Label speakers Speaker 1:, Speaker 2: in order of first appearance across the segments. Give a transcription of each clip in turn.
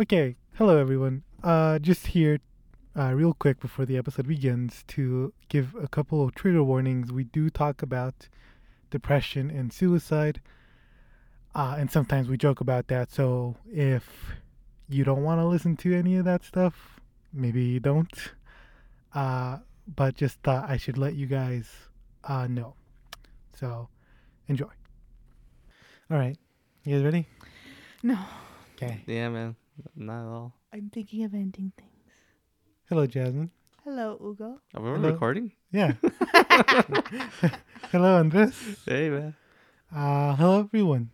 Speaker 1: Okay, hello everyone. Uh, just here, uh, real quick before the episode begins, to give a couple of trigger warnings. We do talk about depression and suicide, uh, and sometimes we joke about that. So if you don't want to listen to any of that stuff, maybe you don't. Uh, but just thought I should let you guys uh, know. So enjoy. All right, you guys ready?
Speaker 2: No,
Speaker 1: Okay.
Speaker 3: Yeah, man. Not at all.
Speaker 2: I'm thinking of ending things.
Speaker 1: Hello, Jasmine.
Speaker 2: Hello, Ugo.
Speaker 3: Are we
Speaker 1: Hello?
Speaker 3: recording?
Speaker 1: Yeah. hello, Andres.
Speaker 3: Hey, man.
Speaker 1: Uh, hello, everyone.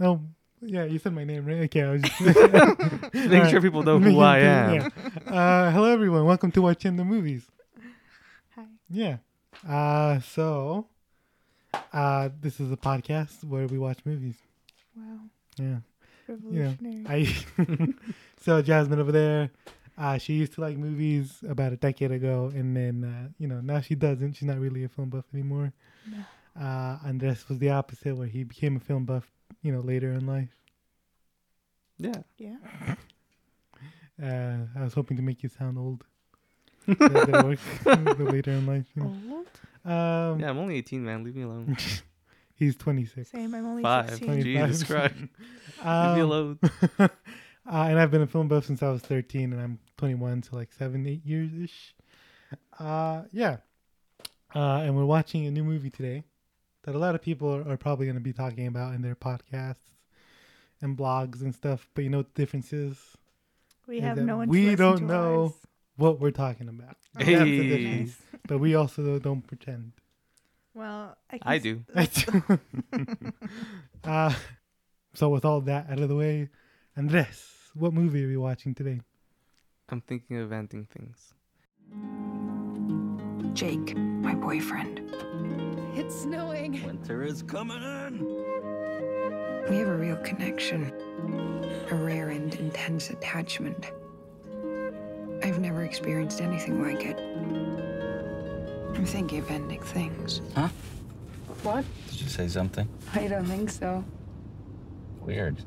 Speaker 1: Oh, yeah, you said my name, right? Okay, I was just making
Speaker 3: Just making sure people know who I am.
Speaker 1: Yeah. Uh, hello, everyone. Welcome to Watching the Movies.
Speaker 2: Hi.
Speaker 1: Yeah. Uh, so, uh, this is a podcast where we watch movies.
Speaker 2: Wow.
Speaker 1: Yeah.
Speaker 2: Revolutionary.
Speaker 1: I so Jasmine over there, uh, she used to like movies about a decade ago, and then uh, you know now she doesn't. She's not really a film buff anymore.
Speaker 2: No.
Speaker 1: Uh, Andres was the opposite, where he became a film buff, you know, later in life.
Speaker 3: Yeah.
Speaker 2: Yeah.
Speaker 1: Uh, I was hoping to make you sound old. that, that works. the later in life. you
Speaker 2: Old.
Speaker 1: know.
Speaker 2: Oh.
Speaker 1: Um,
Speaker 3: Yeah, I'm only 18, man. Leave me alone.
Speaker 1: he's twenty six.
Speaker 2: Same. I'm only
Speaker 3: Five.
Speaker 2: 16.
Speaker 1: Twenty-
Speaker 3: Jesus Christ. Leave me alone.
Speaker 1: uh, and I've been a film buff since I was 13, and I'm 21, so like seven, eight years ish. Uh, yeah. Uh, and we're watching a new movie today that a lot of people are, are probably going to be talking about in their podcasts and blogs and stuff. But you know what the difference is?
Speaker 2: We
Speaker 1: Is
Speaker 2: have
Speaker 1: that
Speaker 2: no one.
Speaker 1: we
Speaker 2: to listen
Speaker 1: don't
Speaker 2: to
Speaker 1: know.
Speaker 2: ours.
Speaker 1: What we're talking about.
Speaker 2: Oh,
Speaker 1: That's
Speaker 3: Hey.
Speaker 1: the difference.
Speaker 2: Nice.
Speaker 1: But we also don't pretend.
Speaker 2: Well, I, can
Speaker 3: I
Speaker 2: s-
Speaker 3: do.
Speaker 1: uh, so, with all that out of the way, Andres, what movie are we watching today?
Speaker 3: I'm thinking of ending things.
Speaker 4: Jake, my boyfriend.
Speaker 5: It's snowing.
Speaker 6: Winter is coming in.
Speaker 4: We have a real connection, a rare and intense attachment. I've never experienced anything like it. I'm thinking of ending things. What?
Speaker 6: Did you say something?
Speaker 4: I don't think so.
Speaker 6: Weird.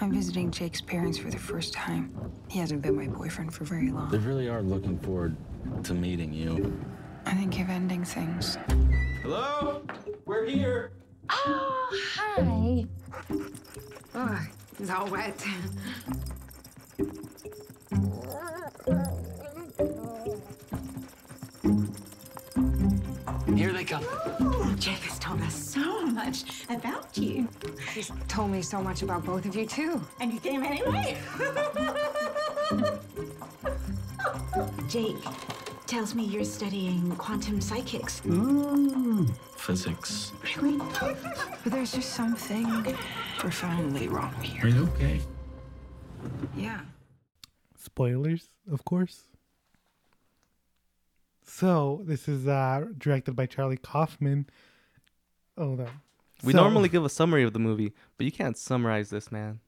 Speaker 4: I'm visiting Jake's parents for the first time. He hasn't been my boyfriend for very
Speaker 6: They
Speaker 4: long.
Speaker 6: really are looking forward to meeting you.
Speaker 4: I think of ending things.
Speaker 6: Hello? We're here.
Speaker 5: Hi.
Speaker 4: Oh, Ugh, it's all wet.
Speaker 6: Here they come.
Speaker 5: Jake has told us so much about you.
Speaker 4: He's told me so much about both of you, too.
Speaker 5: And you came anyway. Jake tells me you're studying quantum psychics.
Speaker 6: Physics.
Speaker 5: Really?
Speaker 4: But there's just something profoundly wrong here.
Speaker 6: Are you okay?
Speaker 4: Yeah.
Speaker 1: spoilers, of course. So this is uh, directed by Charlie Kaufman. Hold on.
Speaker 3: We
Speaker 1: So-
Speaker 3: normally give a summary of the movie, but you can't summarize this, man.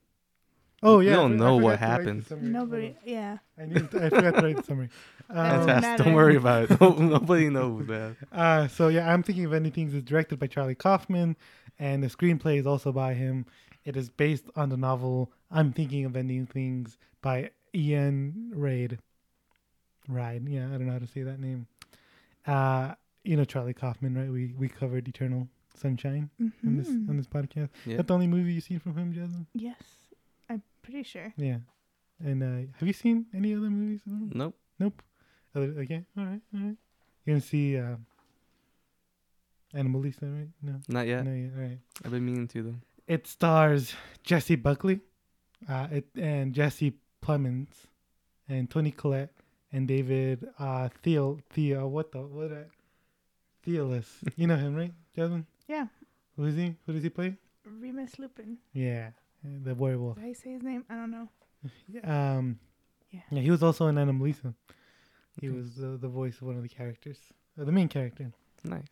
Speaker 1: Oh
Speaker 3: we
Speaker 1: yeah, I
Speaker 3: don't
Speaker 1: for- I
Speaker 3: know
Speaker 1: forgot to
Speaker 3: what
Speaker 1: write the
Speaker 3: happened.
Speaker 1: summary.
Speaker 2: Nobody. Yeah.
Speaker 1: I need. To, I forgot to write the summary.
Speaker 2: Doesn't
Speaker 3: That's
Speaker 1: Um,
Speaker 2: Fantastic.
Speaker 3: ass.
Speaker 2: matter.
Speaker 3: Don't worry about it. No- Nobody knows, man.
Speaker 1: uh, so yeah, I'm thinking of anything is directed by Charlie Kaufman, and the screenplay is also by him. It is based on the novel "I'm Thinking of Ending Things" by Ian Raid. Ride, yeah, I don't know how to say that name. Uh, you know Charlie Kaufman, right? We we covered Eternal Sunshine on this
Speaker 2: Mhm.
Speaker 1: on this podcast.
Speaker 3: Yeah.
Speaker 1: That's the only movie you've seen from him, Jasmine.
Speaker 2: Yes. I'm pretty sure.
Speaker 1: Yeah, and uh, have you seen any other movies? of him?
Speaker 3: Nope.
Speaker 1: Nope. Other, okay, all right, all right. You gonna see uh, Animal Lisa, right? No,
Speaker 3: Not yet.
Speaker 1: no, yeah, all right.
Speaker 3: I've been meaning to, though.
Speaker 1: It stars Jesse Buckley, uh, it, and Jesse Plemons, and Tony Collette, and David uh, Theo Theo. What the what? Uh, Theolis. you know him, right, Jasmine?
Speaker 2: Yeah.
Speaker 1: Who is he? Who does he play?
Speaker 2: Remus Lupin.
Speaker 1: Yeah, the werewolf.
Speaker 2: Did I say his name? I don't know.
Speaker 1: Um, yeah.
Speaker 2: Yeah.
Speaker 1: he was also in Animalisa. He
Speaker 3: Okay.
Speaker 1: was the, the voice of one of the characters, uh, the main character.
Speaker 3: Nice.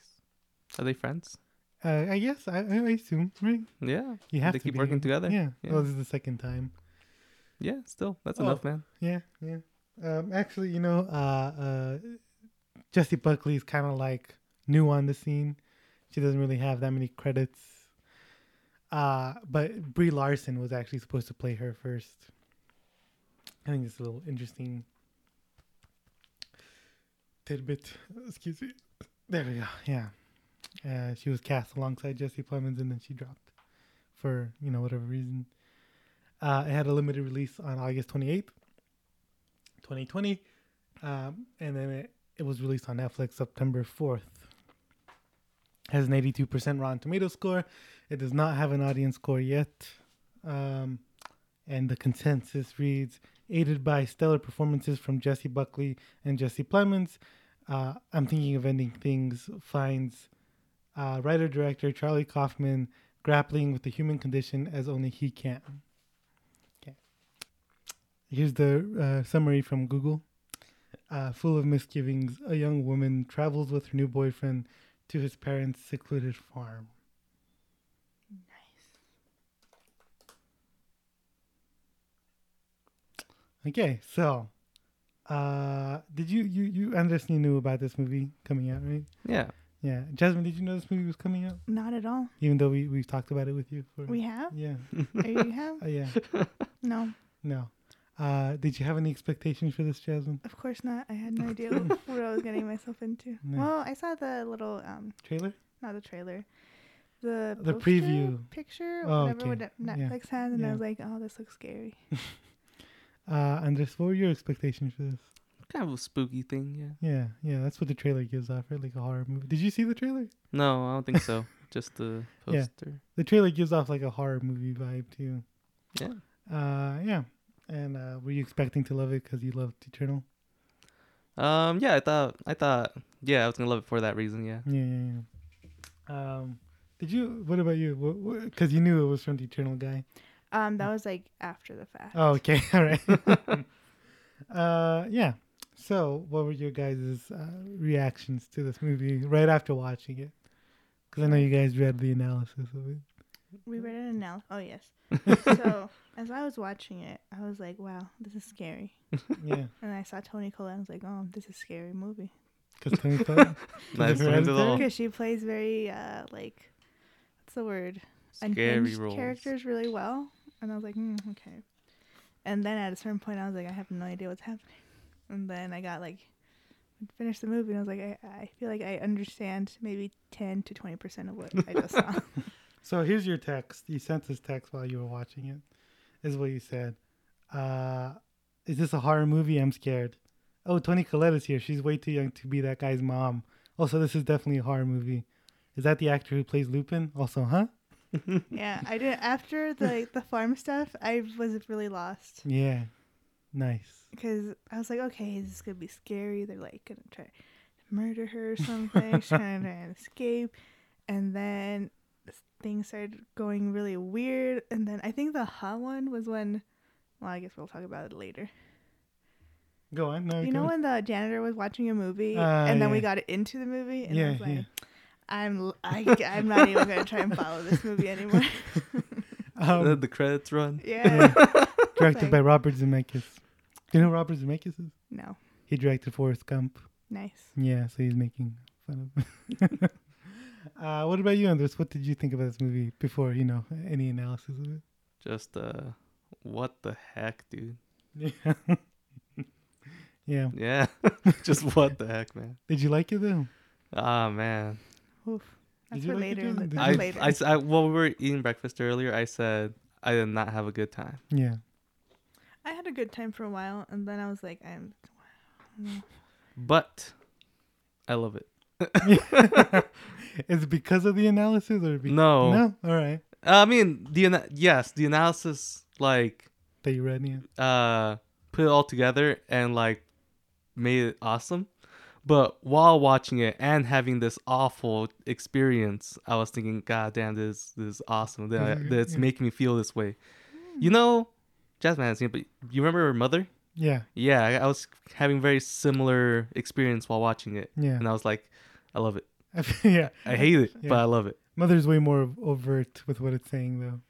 Speaker 3: Are they friends?
Speaker 1: Uh, I guess I, I assume right.
Speaker 3: Yeah.
Speaker 1: You have
Speaker 3: they
Speaker 1: to
Speaker 3: keep
Speaker 1: be.
Speaker 3: working together?
Speaker 1: Yeah.
Speaker 3: Yeah.
Speaker 1: Well, this is the second time.
Speaker 3: Yeah, still. That's
Speaker 1: Oh.
Speaker 3: enough, man.
Speaker 1: Yeah, yeah. Um, actually, you know, uh, uh, Jesse Buckley is kind of like new on the scene. She doesn't really have that many credits. Uh, but Brie Larson was actually supposed to play her first. I think it's a little interesting tidbit. Excuse me. There we go. Yeah. Uh, she was cast alongside Jesse Plemons and then she dropped for, you know, whatever reason. Uh, it had a limited release on August 28th, 2020. Um, and then it, it was released on Netflix September 4th. Has an 82% Rotten Tomato score. It does not have an audience score yet. Um, and the consensus reads aided by stellar performances from Jesse Buckley and Jesse Plemons. Uh, I'm thinking of ending things finds uh, writer director Charlie Kaufman grappling with the human condition as only he can. Okay. Here's the uh, summary from Google. Uh, full of misgivings, a young woman travels with her new boyfriend to his parents' secluded farm.
Speaker 2: Nice.
Speaker 1: Okay, so uh did you you you Andres you knew about this movie coming out, right?
Speaker 3: Yeah.
Speaker 1: Yeah. Jasmine, did you know this movie was coming out?
Speaker 2: Not at all.
Speaker 1: Even though we we've talked about it with you for
Speaker 2: We have?
Speaker 1: Yeah.
Speaker 2: Or you have?
Speaker 1: Uh, yeah.
Speaker 2: No,
Speaker 1: No. Uh did you have any expectations for this, Jasmine?
Speaker 2: of course not. I had no idea what I was getting myself into.
Speaker 1: No.
Speaker 2: Well, I saw the little um,
Speaker 1: Trailer?
Speaker 2: not the trailer, the
Speaker 1: The
Speaker 2: poster,
Speaker 1: preview.
Speaker 2: picture,
Speaker 1: Oh,
Speaker 2: whatever
Speaker 1: okay.
Speaker 2: what Net-
Speaker 1: Yeah.
Speaker 2: Netflix has, and
Speaker 1: Yeah.
Speaker 2: I was like, oh, this looks scary.
Speaker 1: Uh Andres, what were your expectations for this?
Speaker 3: Kind of a spooky thing, yeah.
Speaker 1: Yeah, yeah, that's what the trailer gives off, right? Like a horror movie. Did you see the trailer?
Speaker 3: No, I don't think so. Just the
Speaker 1: Yeah.
Speaker 3: poster.
Speaker 1: The trailer gives off like a horror movie vibe too.
Speaker 3: Yeah.
Speaker 1: Uh yeah. And uh were you expecting to love it cuz you loved Eternal?
Speaker 3: Um. Yeah. I thought. I thought. Yeah. I was gonna love it for that reason. Yeah.
Speaker 1: Yeah, yeah, yeah. Um, did you? What about you? Because you knew it was from the Eternal guy.
Speaker 2: Um, that was like after the fact.
Speaker 1: Oh, okay, all right. uh, yeah. So, what were your guys' uh, reactions to this movie right after watching it? Because I know you guys read the analysis of it.
Speaker 2: We read it now. Oh yes. so as I was watching it, I was like, wow, this is scary.
Speaker 1: Yeah,
Speaker 2: And I saw Tony Collette, I was like, oh, this is a scary movie.
Speaker 1: because Tony Todd.
Speaker 3: Nice.
Speaker 1: Hereditary?
Speaker 3: Into the little
Speaker 2: Because she plays very uh like, what's the word?
Speaker 3: scary
Speaker 2: Unhinged
Speaker 3: roles.
Speaker 2: characters really well. And I was like, mm, okay. And then at a certain point, I was like, I have no idea what's happening. And then I got like, finished the movie, and I was like, I, I feel like I understand maybe ten to twenty percent of what I just saw.
Speaker 1: So here's your text. You sent this text while you were watching it. Is what you said. Uh, is this a horror movie? I'm scared. Oh, Tony Collette is here. She's way too young to be that guy's mom. Also, this is definitely a horror movie. Is that the actor who plays Lupin? Also, huh?
Speaker 2: yeah, I did. After the the farm stuff, I was really lost.
Speaker 1: Yeah. Nice.
Speaker 2: because I was like, okay, this is gonna be scary. They're like gonna try to murder her or something. She's trying to escape, and then s- things started going really weird. And then I think the hot one was when. Well, I guess we'll talk about it later.
Speaker 1: Go on. No,
Speaker 2: You know when the janitor was watching a movie,
Speaker 1: Oh, Ah,
Speaker 2: and then we
Speaker 1: yeah.
Speaker 2: got into the movie, and I
Speaker 1: Yeah,
Speaker 2: was like,
Speaker 1: yeah.
Speaker 2: I'm l- I, I'm not even gonna try and follow this movie anymore.
Speaker 3: the,
Speaker 1: Um,
Speaker 3: the credits run.
Speaker 2: yeah,
Speaker 1: directed
Speaker 2: like-
Speaker 1: by Robert Zemeckis. Do you know who Robert Zemeckis is?
Speaker 2: no,
Speaker 1: He directed Forrest Gump.
Speaker 2: nice.
Speaker 1: Yeah, so he's making fun of. uh, what about you, Andres? What did you think about this movie before you know any analysis of it?
Speaker 3: Just uh, what the heck, dude?
Speaker 1: Yeah. yeah.
Speaker 3: Yeah. Just what the heck, man.
Speaker 1: Did you like it though?
Speaker 3: Ah, man.
Speaker 2: Oof. That's
Speaker 1: you
Speaker 2: for
Speaker 1: like it,
Speaker 2: later. in the-
Speaker 1: Jasmine? Did you-
Speaker 2: That's later.
Speaker 3: I, I, s- I- while we were eating breakfast earlier, I said I did not have a good time.
Speaker 1: Yeah.
Speaker 2: I had a good time for a while, and then I was like, I'm.
Speaker 3: But I love it.
Speaker 1: Is it because of the analysis or because
Speaker 3: No.
Speaker 1: No. All right.
Speaker 3: I mean, the ana- yes, the analysis like
Speaker 1: That you read, yeah.
Speaker 3: uh put it all together and like made it awesome. But while watching it and having this awful experience, I was thinking, God damn, this, this is awesome. That I-
Speaker 1: Mhm,
Speaker 3: that it's
Speaker 1: yeah. Mm.
Speaker 3: making me feel this way. You know, Jasmine hasn't seen it, but you remember her mother?
Speaker 1: Yeah.
Speaker 3: Yeah, I, I was having very similar experience while watching it.
Speaker 1: Yeah.
Speaker 3: And I was like, I love it.
Speaker 1: I f- yeah.
Speaker 3: I hate it,
Speaker 1: Yeah.
Speaker 3: but I love it.
Speaker 1: Mother's way more overt with what it's saying though.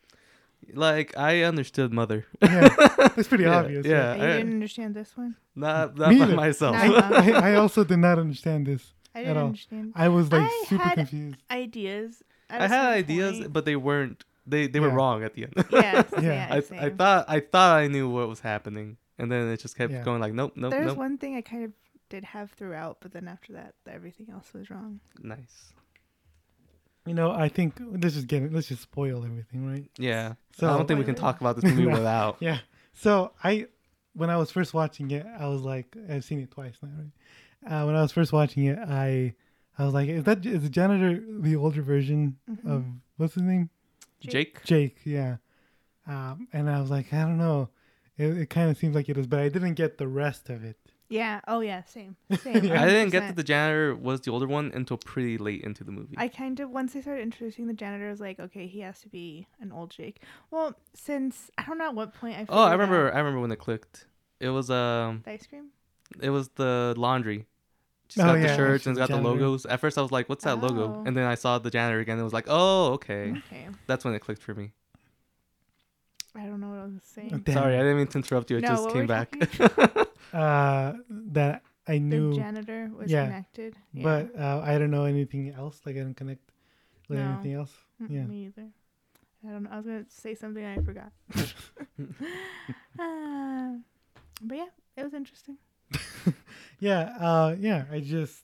Speaker 3: Like I understood mother.
Speaker 1: Yeah. It's pretty
Speaker 3: Yeah,
Speaker 1: obvious.
Speaker 3: yeah.
Speaker 2: I
Speaker 3: I-
Speaker 2: didn't understand this one.
Speaker 3: Not not
Speaker 1: Me
Speaker 3: by
Speaker 1: either.
Speaker 3: myself.
Speaker 2: Nah.
Speaker 1: I, I also did not understand this.
Speaker 2: I
Speaker 1: At
Speaker 2: didn't
Speaker 1: all.
Speaker 2: understand
Speaker 1: I was like
Speaker 2: I
Speaker 1: super
Speaker 2: had-
Speaker 1: confused.
Speaker 2: ideas. at
Speaker 3: I
Speaker 2: a
Speaker 3: had
Speaker 2: certain
Speaker 3: ideas,
Speaker 2: point.
Speaker 3: but they weren't they they were
Speaker 1: Yeah.
Speaker 3: wrong at the end.
Speaker 2: Yes,
Speaker 1: Yeah.
Speaker 2: yeah.
Speaker 3: I, I
Speaker 2: same.
Speaker 3: thought I thought I knew what was happening, and then it just kept
Speaker 1: Yeah.
Speaker 3: going like nope, nope,
Speaker 2: There's
Speaker 3: nope.
Speaker 2: one thing I kind of did have throughout, but then after that, everything else was wrong.
Speaker 3: Nice.
Speaker 1: You know, I think let's just get it. Let's just spoil everything, right?
Speaker 3: Yeah.
Speaker 1: So-
Speaker 3: So I don't think we can talk about this movie
Speaker 1: No.
Speaker 3: without.
Speaker 1: Yeah. So I, when I was first watching it, I was like, I've seen it twice now, right? Uh, when I was first watching it, I, I was like, is that is the janitor the older version
Speaker 2: Mm-hmm.
Speaker 1: of what's his name?
Speaker 3: Jake.
Speaker 1: Jake. Yeah. Um, and I was like, I don't know. It, it kind of seems like it is, but I didn't get the rest of it.
Speaker 2: Yeah. Oh yeah. Same. Same.
Speaker 3: I didn't get that
Speaker 2: 100%.
Speaker 3: the janitor was the older one until pretty late into the movie.
Speaker 2: I kind of once they started introducing the janitor, I was like, okay, he has to be an old Jake. Well, since I don't know at what point I
Speaker 3: oh, I
Speaker 2: figured
Speaker 3: remember.
Speaker 2: out
Speaker 3: I remember when it clicked. It was um,
Speaker 2: the ice cream.
Speaker 3: it was the laundry. She's
Speaker 1: Oh,
Speaker 3: got
Speaker 1: yeah,
Speaker 3: the shirts
Speaker 1: she's
Speaker 3: and it's
Speaker 1: the
Speaker 3: got the
Speaker 1: janitor.
Speaker 3: logos. At first, I was like, "What's that logo?"
Speaker 2: Oh.
Speaker 3: And then I saw the janitor again. and It was like, "Oh, okay."
Speaker 2: Okay,
Speaker 3: That's when it clicked for me.
Speaker 2: I don't know what I was
Speaker 1: Oh,
Speaker 2: saying.
Speaker 1: damn.
Speaker 3: Sorry, I didn't mean to interrupt you. It
Speaker 2: No,
Speaker 3: just
Speaker 2: what
Speaker 3: came
Speaker 2: were we
Speaker 3: back.
Speaker 1: Uh, that I knew,
Speaker 2: The janitor was
Speaker 1: Yeah.
Speaker 2: connected, yeah.
Speaker 1: but uh, I don't know anything else. Like I didn't connect with
Speaker 2: No.
Speaker 1: anything else.
Speaker 2: Mm,
Speaker 1: Yeah.
Speaker 2: me either. I don't know. I was gonna say something and I forgot. uh, but yeah, it was interesting.
Speaker 1: Yeah. Uh, yeah. I just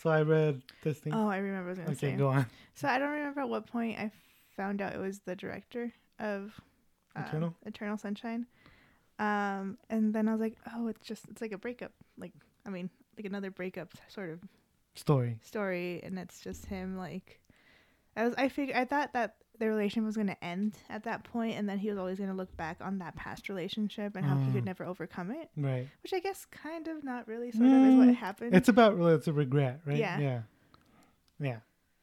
Speaker 1: so I read this thing.
Speaker 2: Oh, I remember. what I was
Speaker 1: okay,
Speaker 2: gonna say.
Speaker 1: go on.
Speaker 2: So I don't remember at what point I found out it was the director of um,
Speaker 1: Eternal?
Speaker 2: Eternal Sunshine. Um, and then I was like, oh, it's just it's like a breakup. Like I mean, like another breakup sort of
Speaker 1: Story.
Speaker 2: story, and it's just him like. I was I fig- I thought that the relation was gonna end at that point, and then he was always gonna look back on that past relationship and how he could
Speaker 1: Mm.
Speaker 2: never overcome it,
Speaker 1: Right.
Speaker 2: which I guess kind of not really sort of is what
Speaker 1: Mm,
Speaker 2: happened.
Speaker 1: It's about really it's a regret, right?
Speaker 2: Yeah.
Speaker 1: Yeah. Yeah.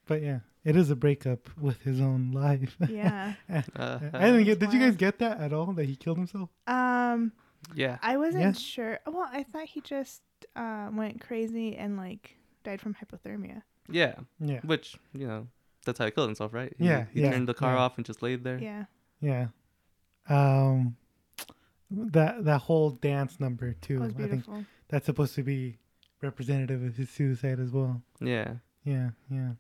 Speaker 1: But yeah, it is a breakup with his own life.
Speaker 2: yeah.
Speaker 3: Uh,
Speaker 1: I didn't get. Did you guys
Speaker 2: Wow.
Speaker 1: get that at all? That he killed himself?
Speaker 2: Um.
Speaker 3: yeah.
Speaker 2: I wasn't
Speaker 1: Yeah.
Speaker 2: sure. Well, I thought he just uh, went crazy and like died from hypothermia.
Speaker 3: Yeah.
Speaker 1: Yeah.
Speaker 3: Which you know, that's how he killed himself, right? He-
Speaker 1: Yeah,
Speaker 3: He
Speaker 1: yeah,
Speaker 3: turned the car
Speaker 1: yeah.
Speaker 3: off and just laid there.
Speaker 2: Yeah.
Speaker 1: Yeah. Um. That that whole dance number
Speaker 2: It
Speaker 1: too.
Speaker 2: was
Speaker 1: I think
Speaker 2: beautiful.
Speaker 1: that's supposed to be representative of his suicide as well.
Speaker 3: Yeah.
Speaker 1: Yeah. Yeah.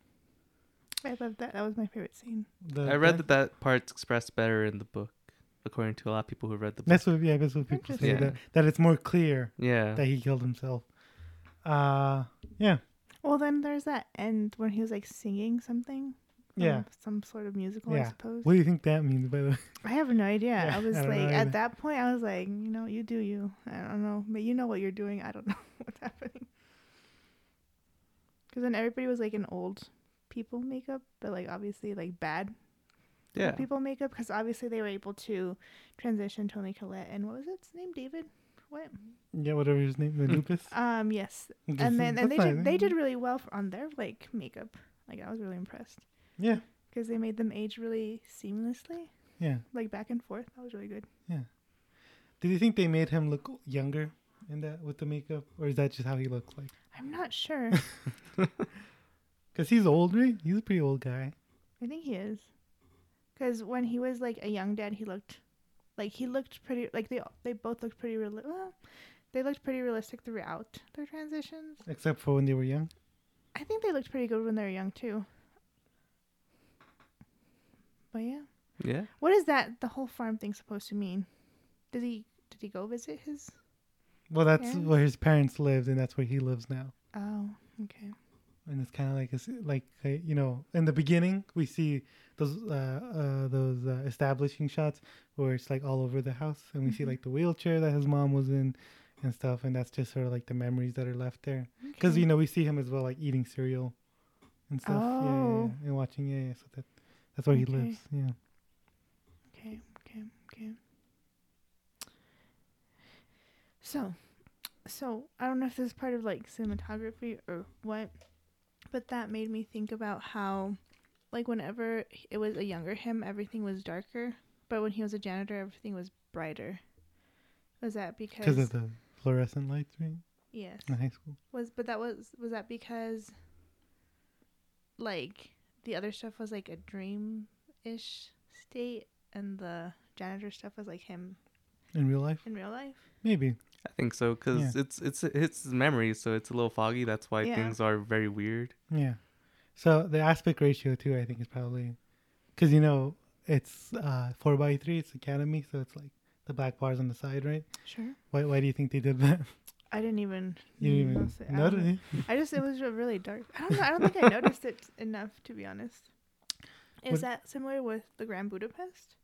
Speaker 2: I love that. That was my favorite scene.
Speaker 1: The
Speaker 3: I read
Speaker 1: dan-
Speaker 3: that that part's expressed better in the book, according to a lot of people who read the book.
Speaker 1: That's what yeah, that's what people say
Speaker 3: Interesting.
Speaker 1: that, that it's more clear
Speaker 3: yeah.
Speaker 1: that he killed himself. Uh yeah.
Speaker 2: Well, then there's that end when he was like singing something. from
Speaker 1: Yeah.
Speaker 2: Some sort of musical, I
Speaker 1: Yeah.
Speaker 2: suppose.
Speaker 1: What do you think that means by the way?
Speaker 2: I have no idea.
Speaker 1: Yeah,
Speaker 2: I
Speaker 1: I
Speaker 2: was
Speaker 1: don't know
Speaker 2: like,
Speaker 1: either.
Speaker 2: at that point, I was like, you know, you do you. I don't know. But you know what you're doing. I don't know what's happening. Because then everybody was like in old people makeup, but like obviously like bad old
Speaker 3: Yeah.
Speaker 2: people makeup because obviously they were able to transition Tony Collette and what was its name David what
Speaker 1: Yeah, whatever his name, the lupus.
Speaker 2: um yes
Speaker 1: That's-
Speaker 2: and then
Speaker 1: that's
Speaker 2: and they
Speaker 1: fine.
Speaker 2: did, they did really well for, on their like makeup like I was really impressed
Speaker 1: Yeah.
Speaker 2: because they made them age really seamlessly
Speaker 1: Yeah.
Speaker 2: like back and forth that was really good
Speaker 1: Did you think they made him look younger in that with the makeup, or is that just how he looks like?
Speaker 2: I'm not sure
Speaker 1: Cause he's old, right? He's a pretty old guy.
Speaker 2: I think he is because when he was like a young dad he looked like he looked pretty like they they both looked pretty real well, they looked pretty realistic throughout their transitions
Speaker 1: Except for when they were young.
Speaker 2: I think they looked pretty good when they were young too. But yeah,
Speaker 3: Yeah.
Speaker 2: what is that? The whole farm thing supposed to mean? Did he did he go visit his?
Speaker 1: Well, that's
Speaker 2: Parents?
Speaker 1: where his parents lived, and that's where he lives now.
Speaker 2: Oh, okay.
Speaker 1: And it's kind of like a s like uh, you know, in the beginning we see those uh, uh those uh, establishing shots where it's like all over the house, and we
Speaker 2: Mm-hmm.
Speaker 1: see like the wheelchair that his mom was in, and stuff, and that's just sort of like the memories that are left there. Because you know we see him as well, like eating cereal and stuff, yeah, yeah, yeah,
Speaker 2: Oh.
Speaker 1: and watching. Yeah, yeah. So that that's where he
Speaker 2: Okay.
Speaker 1: lives. Yeah.
Speaker 2: Okay, okay, okay. So, so I don't know if this is part of like cinematography or what, but that made me think about how, like, whenever h- it was a younger him, everything was darker, but when he was a janitor, everything was brighter. Was that because?
Speaker 1: Because of the fluorescent lights, right?
Speaker 2: yes.
Speaker 1: In high school.
Speaker 2: Was but that was was that because. Like the other stuff was like a dream ish state, and the janitor stuff was like him
Speaker 1: In real life,
Speaker 2: in real life.
Speaker 1: maybe.
Speaker 3: I think so because it's it's it's his memory, so it's a little foggy. That's why
Speaker 2: Yeah.
Speaker 3: things are very weird.
Speaker 1: Yeah. So the aspect ratio too, I think, is probably because you know it's uh, four by three. It's Academy, so it's like the black bars on the side, right?
Speaker 2: Sure.
Speaker 1: Why Why do you think they did that?
Speaker 2: I didn't even.
Speaker 1: You didn't even
Speaker 2: notice it. Mm, I don't know.
Speaker 1: notice.
Speaker 2: I just it was re- really dark. I don't know. I don't think I noticed it enough to be honest. Is
Speaker 1: What-
Speaker 2: that similar with the Grand Budapest?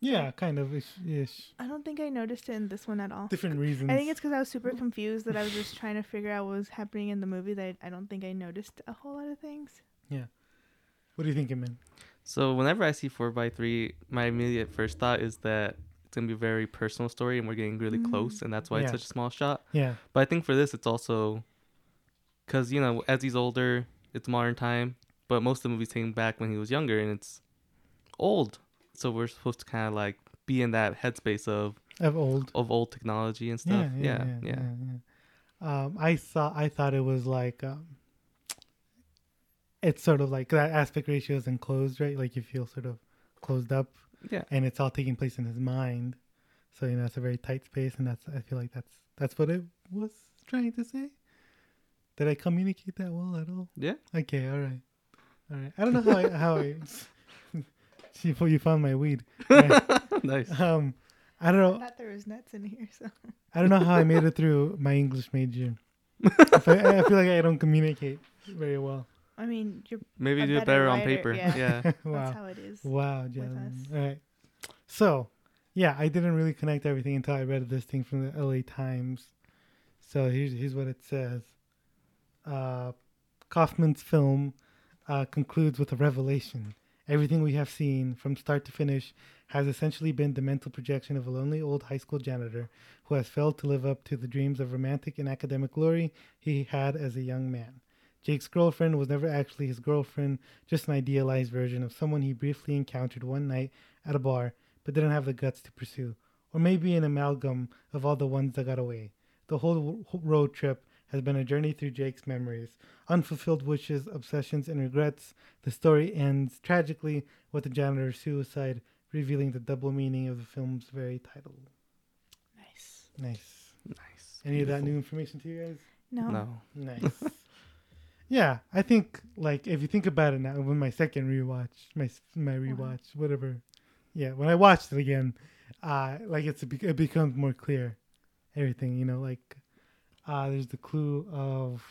Speaker 1: Yeah, kind of ish. ish.
Speaker 2: I don't think I noticed it in this one at all.
Speaker 1: Different reasons.
Speaker 2: I think it's because I was super confused that I was just trying to figure out what was happening in the movie that I don't think I noticed a whole lot of things.
Speaker 1: What do you think, man?
Speaker 3: So whenever I see four by three, my immediate first thought is that it's gonna be a very personal story, and we're getting really close, and that's why
Speaker 1: Mm. Yeah.
Speaker 3: it's such a small shot.
Speaker 1: Yeah,
Speaker 3: But I think for this, it's also because you know as he's older, it's modern time, but most of the movies take him back when he was younger, and it's old. So we're supposed to kind of like be in that headspace of
Speaker 1: of old.
Speaker 3: of old technology and stuff. Yeah, yeah,
Speaker 1: yeah. Um, I saw. I thought it was like. Um, it's sort of like that aspect ratio is enclosed, right? Like you feel sort of closed up,
Speaker 3: Yeah.
Speaker 1: and it's all taking place in his mind. So you know, it's a very tight space, and that's. I feel like that's that's what it was trying to say. Did I communicate that well at all?
Speaker 3: Yeah.
Speaker 1: Okay. All right. All right. I don't know how I, how I. See, you found my weed.
Speaker 3: nice.
Speaker 1: Um, I don't know.
Speaker 2: I thought there was nuts in here, so
Speaker 1: I don't know how I made it through my English major. I feel, I feel like I don't communicate very well.
Speaker 2: I mean, you're,
Speaker 3: Maybe
Speaker 2: A
Speaker 3: do
Speaker 2: better
Speaker 3: it better on
Speaker 2: writer,
Speaker 3: paper.
Speaker 2: yeah.
Speaker 3: yeah.
Speaker 1: wow.
Speaker 2: that's how it is.
Speaker 1: Wow,
Speaker 2: us.
Speaker 1: Jasmine. All right. So, yeah, I didn't really connect everything until I read this thing from the LA Times. So here's here's what it says. Uh, Kaufman's film uh, concludes with a revelation. Everything we have seen from start to finish has essentially been the mental projection of a lonely old high school janitor who has failed to live up to the dreams of romantic and academic glory he had as a young man. Jake's girlfriend was never actually his girlfriend, just an idealized version of someone he briefly encountered one night at a bar but didn't have the guts to pursue. Or maybe an amalgam of all the ones that got away. The whole w- road trip has been a journey through Jake's memories, unfulfilled wishes, obsessions, and regrets. The story ends tragically with the janitor's suicide, revealing the double meaning of the film's very title.
Speaker 2: Nice.
Speaker 1: Nice.
Speaker 3: Nice.
Speaker 1: Any of that
Speaker 3: Beautiful.
Speaker 1: new information to you guys?
Speaker 2: No.
Speaker 3: No.
Speaker 1: Nice. yeah, I think like if you think about it now, when my second rewatch, my s- my rewatch, whatever. Yeah, when I watched it again, uh, like it's be- it becomes more clear, everything. You know, like uh, there's the clue of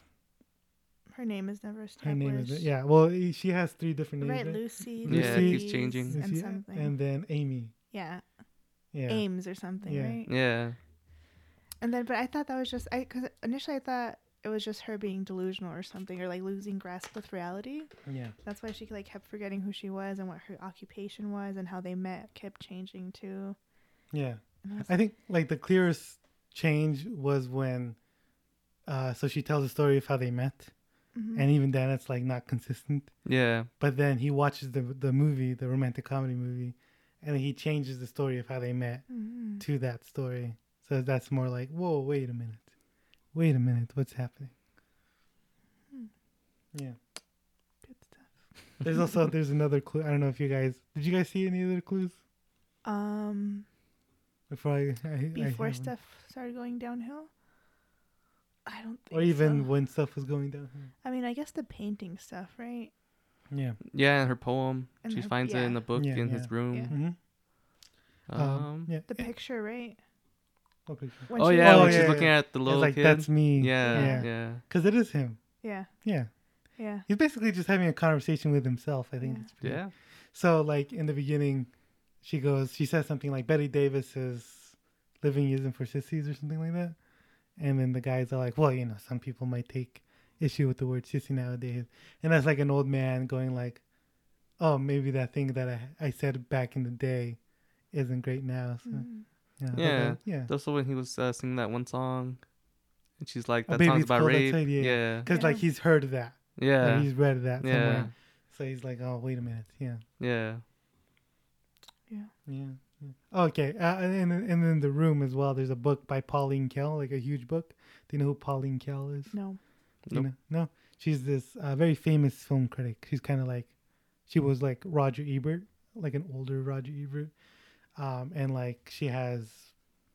Speaker 2: Her name is never established.
Speaker 1: her name is yeah. Well, i- she has three different names.
Speaker 2: Right,
Speaker 1: right?
Speaker 2: Lucy.
Speaker 1: Yeah, it keeps
Speaker 2: Louise,
Speaker 3: changing.
Speaker 1: You
Speaker 2: And
Speaker 1: see-
Speaker 2: something.
Speaker 1: and then Amy.
Speaker 2: yeah.
Speaker 1: Yeah.
Speaker 2: Ames or something,
Speaker 1: Yeah.
Speaker 2: right?
Speaker 3: Yeah.
Speaker 2: And then, but I thought that was just I because initially I thought it was just her being delusional or something, or like losing grasp with reality.
Speaker 1: Yeah.
Speaker 2: That's why she like kept forgetting who she was and what her occupation was and how they met kept changing too.
Speaker 1: Yeah.
Speaker 2: And I was
Speaker 1: I think like the clearest change was when uh so she tells the story of how they met.
Speaker 2: mm-hmm,
Speaker 1: And even then it's like not consistent.
Speaker 3: Yeah.
Speaker 1: But then he watches the the movie, the romantic comedy movie, and he changes the story of how they met
Speaker 2: Mhm.
Speaker 1: to that story. So that's more like, whoa, wait a minute. Wait a minute, what's happening?
Speaker 2: Hmm.
Speaker 1: Yeah.
Speaker 2: Good stuff.
Speaker 1: There's also there's another clue. I don't know if you guys did you guys see any other clues
Speaker 2: Um,
Speaker 1: before I, I- I
Speaker 2: before
Speaker 1: have one?
Speaker 2: stuff started going downhill, I don't think.
Speaker 1: or even
Speaker 2: so.
Speaker 1: when stuff was going down.
Speaker 2: I mean, I guess the painting stuff, right?
Speaker 1: Yeah.
Speaker 3: Yeah. And her poem.
Speaker 2: And
Speaker 3: she
Speaker 2: her-
Speaker 3: finds it in
Speaker 2: yeah.
Speaker 3: the book
Speaker 1: Yeah,
Speaker 3: in
Speaker 1: yeah.
Speaker 3: his room.
Speaker 2: Yeah.
Speaker 1: Mhm.
Speaker 3: Um,
Speaker 1: yeah.
Speaker 2: The picture, right?
Speaker 1: What picture?
Speaker 2: When
Speaker 3: Oh
Speaker 2: she-
Speaker 3: yeah,
Speaker 1: Oh,
Speaker 3: when
Speaker 1: yeah,
Speaker 3: she's
Speaker 1: yeah.
Speaker 3: looking at the
Speaker 1: It's
Speaker 3: little
Speaker 1: like
Speaker 3: kid.
Speaker 1: that's me.
Speaker 3: yeah,
Speaker 1: Yeah.
Speaker 3: yeah,
Speaker 1: Because it is him.
Speaker 2: yeah,
Speaker 1: Yeah.
Speaker 2: yeah.
Speaker 1: He's basically just having a conversation with himself. I think.
Speaker 2: Yeah.
Speaker 1: It's
Speaker 3: yeah,
Speaker 1: pretty- So like in the beginning, she goes, she says something like Betty Davis is living isn't for sissies or something like that, and then the guys are like, well, you know, some people might take issue with the word sissy nowadays, and that's like an old man going like, oh, maybe that thing that I I said back in the day isn't great now. So
Speaker 2: Mhm.
Speaker 1: yeah, I thought
Speaker 3: Yeah.
Speaker 1: that- yeah.
Speaker 3: That's Also, when he was uh, singing that one song, and she's like,
Speaker 1: Oh,
Speaker 3: "That
Speaker 1: Baby,
Speaker 3: song's
Speaker 1: It's
Speaker 3: about
Speaker 1: Cold
Speaker 3: rape."
Speaker 1: Outside, yeah,
Speaker 3: yeah,
Speaker 1: yeah.
Speaker 3: yeah,
Speaker 1: Because like
Speaker 2: Yeah.
Speaker 1: he's heard of that. Like,
Speaker 3: yeah,
Speaker 1: he's read that
Speaker 3: yeah.
Speaker 1: somewhere. So he's like, oh, wait a minute. Yeah. Yeah. yeah. Okay. Uh, and, and and then the room as well. There's a book by Pauline Kael, like a huge book. Do you know who Pauline Kael is?
Speaker 2: No.
Speaker 1: You know? No. She's this uh, very famous film critic. She's kind of like, she was like Roger Ebert, like an older Roger Ebert. Um, and like she has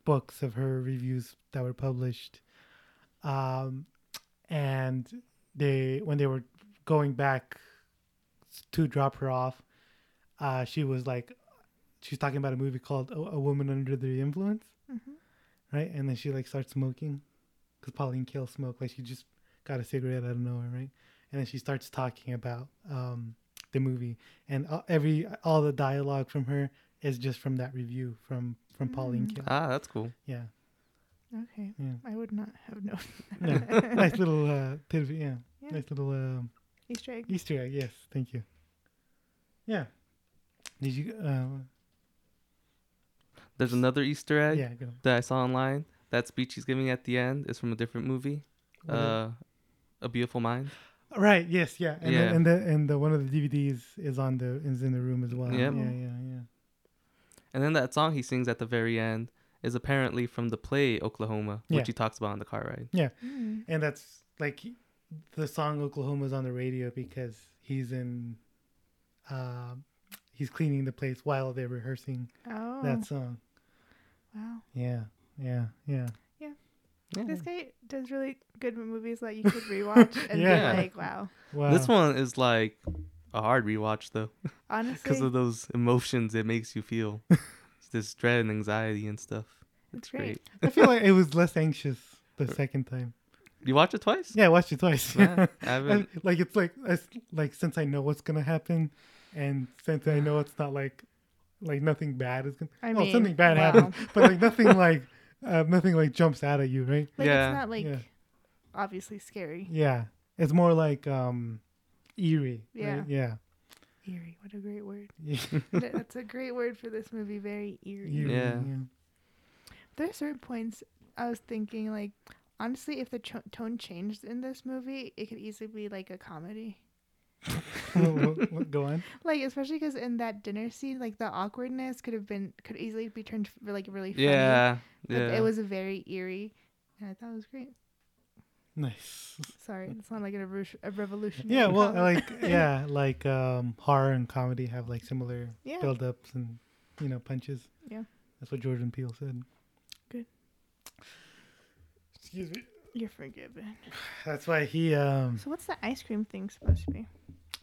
Speaker 1: books of her reviews that were published. Um, and they, when they were going back to drop her off, uh, she was like, she's talking about a movie called A, a Woman Under the Influence, right? And then she like starts smoking, because Pauline Kael smoked. Like she just got a cigarette out of nowhere, right? And then she starts talking about um, the movie, and a- every all the dialogue from her is just from that review from from Pauline Kael.
Speaker 3: Ah, that's cool.
Speaker 1: Yeah,
Speaker 2: Okay.
Speaker 1: Yeah.
Speaker 2: I would not have known.
Speaker 1: no, nice little uh, tidbit. Yeah,
Speaker 2: Yeah.
Speaker 1: nice little um,
Speaker 2: Easter egg.
Speaker 1: Easter egg. Yes, thank you. Yeah. Did you? Uh,
Speaker 3: There's another Easter egg
Speaker 1: yeah, go.
Speaker 3: that I saw online. That speech he's giving at the end is from a different movie,
Speaker 1: What is it?
Speaker 3: uh, A Beautiful Mind.
Speaker 1: Right. Yes. Yeah. And
Speaker 3: Yeah.
Speaker 1: The, and the and the one of the DVDs is on the is in the room as well.
Speaker 3: Yep.
Speaker 1: Yeah. Yeah. Yeah.
Speaker 3: And then that song he sings at the very end is apparently from the play Oklahoma,
Speaker 1: Yeah.
Speaker 3: which he talks about on the car ride.
Speaker 2: Mm,
Speaker 1: And that's like the song Oklahoma's on the radio because he's in, uh, he's cleaning the place while they're rehearsing
Speaker 2: Oh.
Speaker 1: that song.
Speaker 2: wow.
Speaker 1: Yeah. Yeah. Yeah.
Speaker 3: Yeah.
Speaker 2: This guy does really good movies that you could rewatch and
Speaker 1: Yeah.
Speaker 2: be like, wow.
Speaker 1: Wow.
Speaker 3: This one is like a hard rewatch though,
Speaker 2: Honestly,
Speaker 3: because of those emotions it makes you feel. It's this dread and anxiety and stuff.
Speaker 2: it's great.
Speaker 1: I feel like it was less anxious the second time.
Speaker 3: You watch it twice?
Speaker 1: Yeah, I watched it twice.
Speaker 3: Man, I
Speaker 1: And,
Speaker 3: haven't.
Speaker 1: like it's like it's like since I know what's gonna happen, and since I know it's not like like nothing bad is gonna.
Speaker 2: I
Speaker 1: well,
Speaker 2: mean,
Speaker 1: something bad
Speaker 2: wow.
Speaker 1: happens, but like nothing like uh, nothing like jumps out at you, right?
Speaker 2: Like,
Speaker 3: Yeah.
Speaker 2: it's not like
Speaker 1: Yeah.
Speaker 2: obviously scary.
Speaker 1: Yeah, it's more like um eerie. right? Yeah.
Speaker 2: Eerie. What a great word.
Speaker 1: Yeah.
Speaker 2: Th- That's a great word for this movie. Very eerie.
Speaker 1: Eerie,
Speaker 3: Yeah.
Speaker 2: There are certain points I was thinking, like, honestly, if the cho- tone changed in this movie, it could easily be like a comedy.
Speaker 1: Well, well, Go on.
Speaker 2: Like, especially because in that dinner scene, like, the awkwardness could have been, could easily be turned, f- like, really funny.
Speaker 3: Yeah,
Speaker 2: But
Speaker 3: yeah.
Speaker 2: It was very eerie. And I thought it was great.
Speaker 1: Nice.
Speaker 2: Sorry, it's not like a, revo- a revolution.
Speaker 1: Yeah. Well, like yeah, like um horror and comedy have like similar
Speaker 2: Yeah.
Speaker 1: build ups and you know punches.
Speaker 2: Yeah.
Speaker 1: That's what Jordan Peele said.
Speaker 2: Good.
Speaker 1: Excuse me.
Speaker 2: You're forgiven.
Speaker 1: That's why he um
Speaker 2: So what's the ice cream thing supposed to be?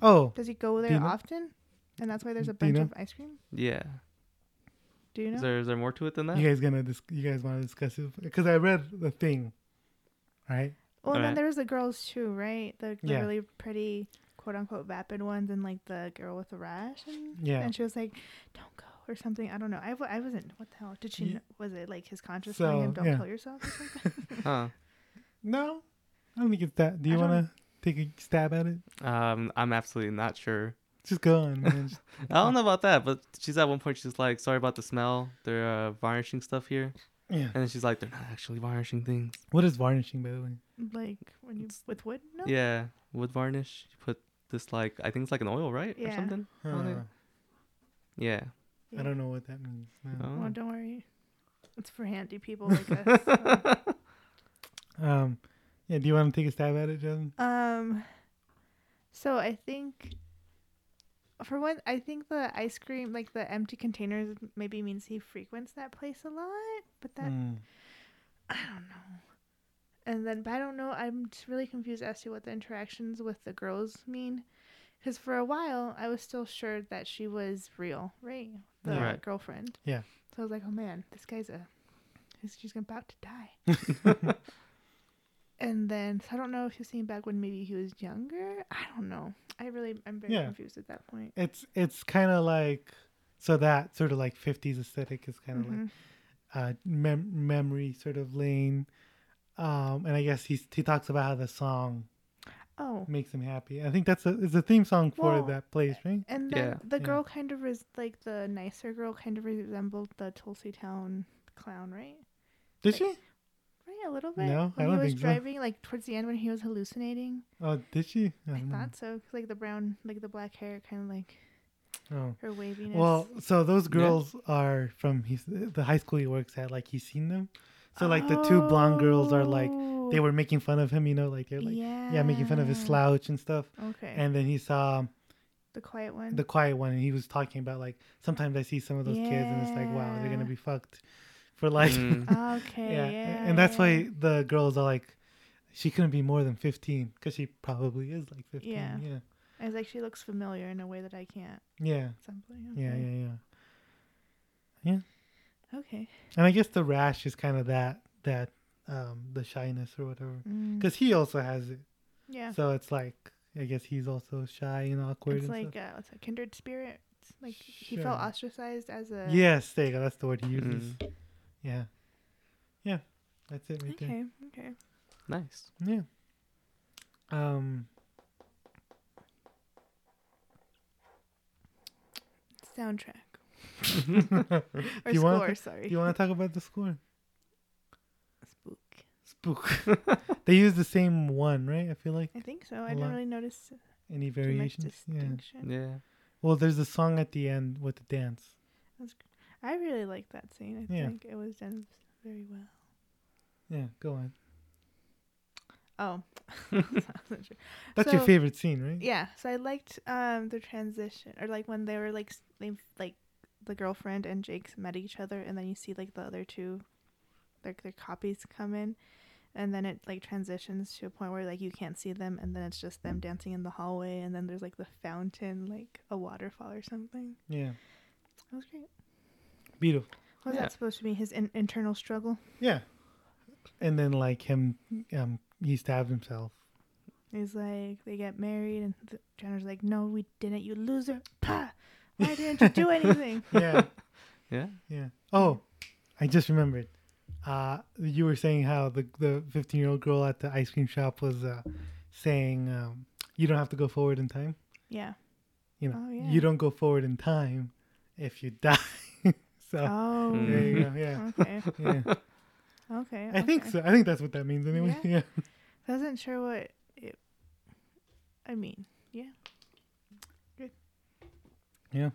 Speaker 1: oh
Speaker 2: Does he go there
Speaker 1: you know?
Speaker 2: often? And that's why there's a
Speaker 1: Do you
Speaker 2: bunch
Speaker 1: know?
Speaker 2: of ice cream?
Speaker 3: yeah.
Speaker 2: Do you know?
Speaker 3: Is there is there more to it than that?
Speaker 1: you guys gonna dis- you guys want to discuss it because I read the thing, right?
Speaker 2: well, and then
Speaker 3: Alright.
Speaker 2: there was the girls too, right? The, the
Speaker 1: Yeah.
Speaker 2: really pretty, quote unquote, vapid ones and like the girl with the rash. And,
Speaker 1: Yeah.
Speaker 2: and she was like, don't go or something. I don't know. I, w- I wasn't. What the hell? Did she,
Speaker 1: Ye-
Speaker 2: kn- was it like his conscious telling him,
Speaker 1: So,
Speaker 2: don't
Speaker 1: yeah.
Speaker 2: kill yourself or something?
Speaker 3: Huh.
Speaker 1: No, I don't think it's that. Do you
Speaker 2: I don't-
Speaker 1: want to take a stab at it?
Speaker 3: Um, I'm absolutely not sure.
Speaker 1: Just go on, man. Just-
Speaker 3: I don't know about that, but she's at one point she's like, "Sorry about the smell. They're uh, varnishing stuff here,"
Speaker 1: yeah.
Speaker 3: and then she's like, "They're not actually varnishing things."
Speaker 1: What is varnishing, by the way?
Speaker 2: like when you, with wood? No?
Speaker 3: Yeah, wood varnish. You put this like I think it's like an oil, right, or
Speaker 2: Yeah.
Speaker 3: something. on it.
Speaker 1: Huh.
Speaker 3: Yeah.
Speaker 1: Uh, I don't know what that means. No.
Speaker 2: Well,
Speaker 3: Oh.
Speaker 2: don't worry. It's for handy people like us. so. Oh.
Speaker 1: Um, yeah. Do you want to take a stab at it, Jordan?
Speaker 2: Um, so I think, for one, I think the ice cream, like the empty containers, maybe means he frequents that place a lot. But that
Speaker 1: Mm.
Speaker 2: I don't know. And then, but I don't know. I'm just really confused as to what the interactions with the girls mean, because for a while I was still sure that she was real, right? The
Speaker 3: Yeah. Right.
Speaker 2: girlfriend.
Speaker 1: Yeah.
Speaker 2: So I was like, oh man, this guy's a, he's just about to die. and then so I don't know if he was seeing back when maybe he was younger. I don't know. I really I'm very
Speaker 1: Yeah.
Speaker 2: confused at that point.
Speaker 1: It's it's kind of like so that sort of like fifties aesthetic is kind of like
Speaker 2: Mhm.
Speaker 1: uh, mem- memory sort of lane. Um, and I guess he's, he talks about how the song
Speaker 2: Oh,
Speaker 1: makes him happy. I think that's a it's a theme song for
Speaker 2: Well,
Speaker 1: that place, right?
Speaker 2: and then
Speaker 3: Yeah.
Speaker 2: the
Speaker 1: Yeah.
Speaker 2: girl kind of res- like the nicer girl kind of resembled the Tulsi Town clown, right?
Speaker 1: Did she?
Speaker 2: Right, a little bit.
Speaker 1: No, I
Speaker 2: when
Speaker 1: don't
Speaker 2: he was
Speaker 1: think so.
Speaker 2: driving, like towards the end when he was hallucinating,
Speaker 1: Oh, did she? I
Speaker 2: I
Speaker 1: don't know.
Speaker 2: thought so. 'cause, like the brown, like the black hair, kind of like
Speaker 1: Oh.
Speaker 2: her waviness.
Speaker 1: Well, so those
Speaker 3: Yeah.
Speaker 1: girls are from his, the high school he works at. Like he's seen them. So like the two blonde girls are like they
Speaker 2: Oh,
Speaker 1: were making fun of him. You know, like they're like yeah, making fun of his
Speaker 2: yeah.
Speaker 1: slouch and stuff.
Speaker 2: Okay,
Speaker 1: And then he saw
Speaker 2: the quiet one.
Speaker 1: the quiet one, and he was talking about like sometimes I see some of those kids, and it's like wow, they're gonna
Speaker 2: Yeah.
Speaker 1: be fucked for life.
Speaker 3: Mm.
Speaker 2: okay,
Speaker 1: yeah.
Speaker 2: yeah,
Speaker 1: a- and that's
Speaker 2: yeah.
Speaker 1: why the girls are like she couldn't be more than 15 because she probably is like 15 yeah
Speaker 2: Yeah.
Speaker 1: yeah
Speaker 2: I was like, she looks familiar in a way that I can't.
Speaker 1: yeah
Speaker 2: Something.
Speaker 1: yeah yeah, Yeah.
Speaker 2: Okay.
Speaker 1: And I guess the rash is kind of that that um the shyness or whatever
Speaker 2: Mm,
Speaker 1: because he also has it.
Speaker 2: yeah.
Speaker 1: So it's like I guess he's also shy and awkward.
Speaker 2: It's
Speaker 1: and
Speaker 2: like
Speaker 1: stuff.
Speaker 2: uh, what's that, kindred spirit. It's Like he felt
Speaker 1: Sure.
Speaker 2: ostracized as a
Speaker 1: yes, there you go. That's the word he uses. Yeah, yeah, that's it right
Speaker 2: Okay. Okay.
Speaker 3: Nice.
Speaker 1: there. Yeah. Um.
Speaker 2: Soundtrack or
Speaker 1: Do you wanna
Speaker 2: score.
Speaker 1: talk-
Speaker 2: sorry.
Speaker 1: Do you want to talk about the score?
Speaker 2: Spook.
Speaker 1: Spook. they use the same one, right? I feel like
Speaker 2: I think so. I
Speaker 1: A
Speaker 2: didn't
Speaker 1: lot.
Speaker 2: really notice
Speaker 1: any
Speaker 2: too much
Speaker 1: variations. Yeah.
Speaker 2: distinction.
Speaker 3: Yeah.
Speaker 1: Well, there's a song at the end with the dance.
Speaker 2: I really liked that scene. I
Speaker 1: Yeah.
Speaker 2: think it was done very well.
Speaker 1: Yeah, go on.
Speaker 2: Oh, I wasn't sure.
Speaker 1: That's your
Speaker 2: So-
Speaker 1: favorite scene, right?
Speaker 2: yeah. So I liked um the transition or like when they were like s- they like the girlfriend and Jake's met each other, and then you see like the other two, like their copies come in, and then it like transitions to a point where like you can't see them, and then it's just
Speaker 1: Mm.
Speaker 2: them dancing in the hallway, and then there's like the fountain, like a waterfall or something.
Speaker 1: Yeah.
Speaker 2: That was great.
Speaker 1: Beautiful.
Speaker 2: Was
Speaker 3: Yeah.
Speaker 2: that supposed to be his in- internal struggle?
Speaker 1: Yeah. And then like him, um, he stabbed himself.
Speaker 2: He's like, they get married, and th- Jenner's like, no, we didn't, you loser. Pah! Why didn't you do anything?
Speaker 1: Yeah.
Speaker 3: Yeah.
Speaker 1: yeah. Oh, I just remembered. Uh, you were saying how the the 15 year old girl at the ice cream shop was uh, saying, um, "You don't have to go forward in time.
Speaker 2: Yeah.
Speaker 1: You know,
Speaker 2: Oh, yeah.
Speaker 1: you don't go forward in time if you die." so
Speaker 2: Oh.
Speaker 1: there you go. Yeah.
Speaker 2: Okay.
Speaker 1: Yeah.
Speaker 2: Okay.
Speaker 1: Mm. I think
Speaker 2: okay.
Speaker 1: so. I think that's what that means anyway.
Speaker 2: Yeah.
Speaker 1: Yeah.
Speaker 2: Wasn't sure what it. I mean, yeah.
Speaker 1: Yeah.